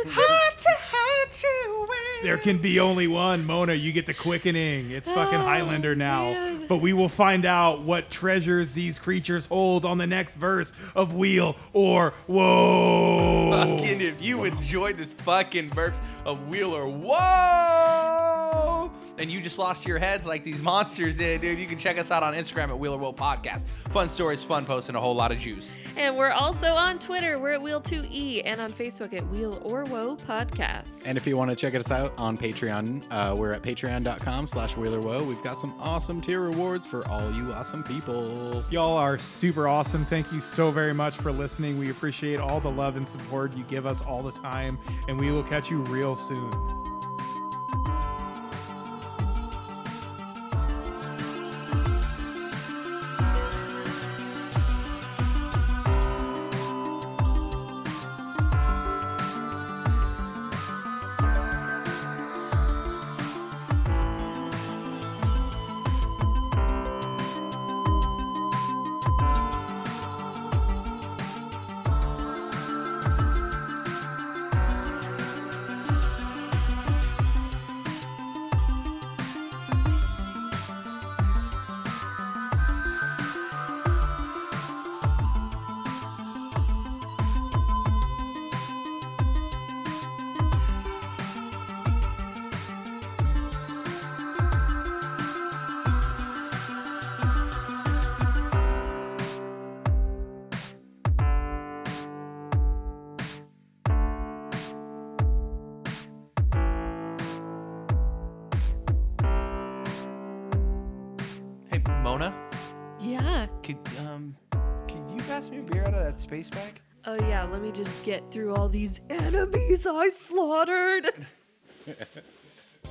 hard to hide you.
There can be only one. Mona, you get the quickening. It's fucking
Oh,
Highlander now.
man.
But we will find out what treasures these creatures hold on the next verse of Wheel or Whoa.
Fucking, if you enjoyed this fucking verse of Wheeler, whoa! And you just lost your heads like these monsters did, dude. You can check us out on Instagram at Wheeler Woe Podcast. Fun stories, fun posts, and a whole lot of juice.
And we're also on Twitter. We're at Wheel2E and on Facebook at Wheel or Woe Podcast.
And if you want to check us out on Patreon, uh, we're at patreon.com slash wheelerwoe. We've got some awesome tier rewards for all you awesome people.
Y'all are super awesome. Thank you so very much for listening. We appreciate all the love and support you give us all the time. And we will catch you real soon.
Hey, Mona,
yeah.
could um, could you pass me a beer out of that space bag?
Oh, yeah. Let me just get through all these enemies I slaughtered.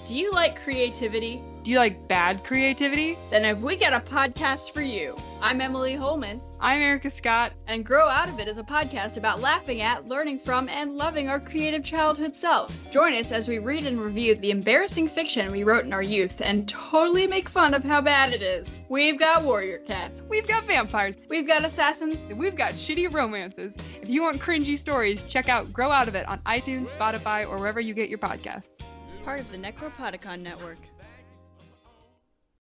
Do you like creativity? Do you like bad creativity? Then have we got a podcast for you? I'm Emily Holman. I'm Erica Scott. And Grow Out of It is a podcast about laughing at, learning from, and loving our creative childhood selves. Join us as we read and review the embarrassing fiction we wrote in our youth and totally make fun of how bad it is. We've got warrior cats. We've got vampires. We've got assassins.
We've got shitty romances. If you want cringy stories, check out Grow Out of It on iTunes, Spotify, or wherever you get your podcasts.
Part of the Necropodicon Network.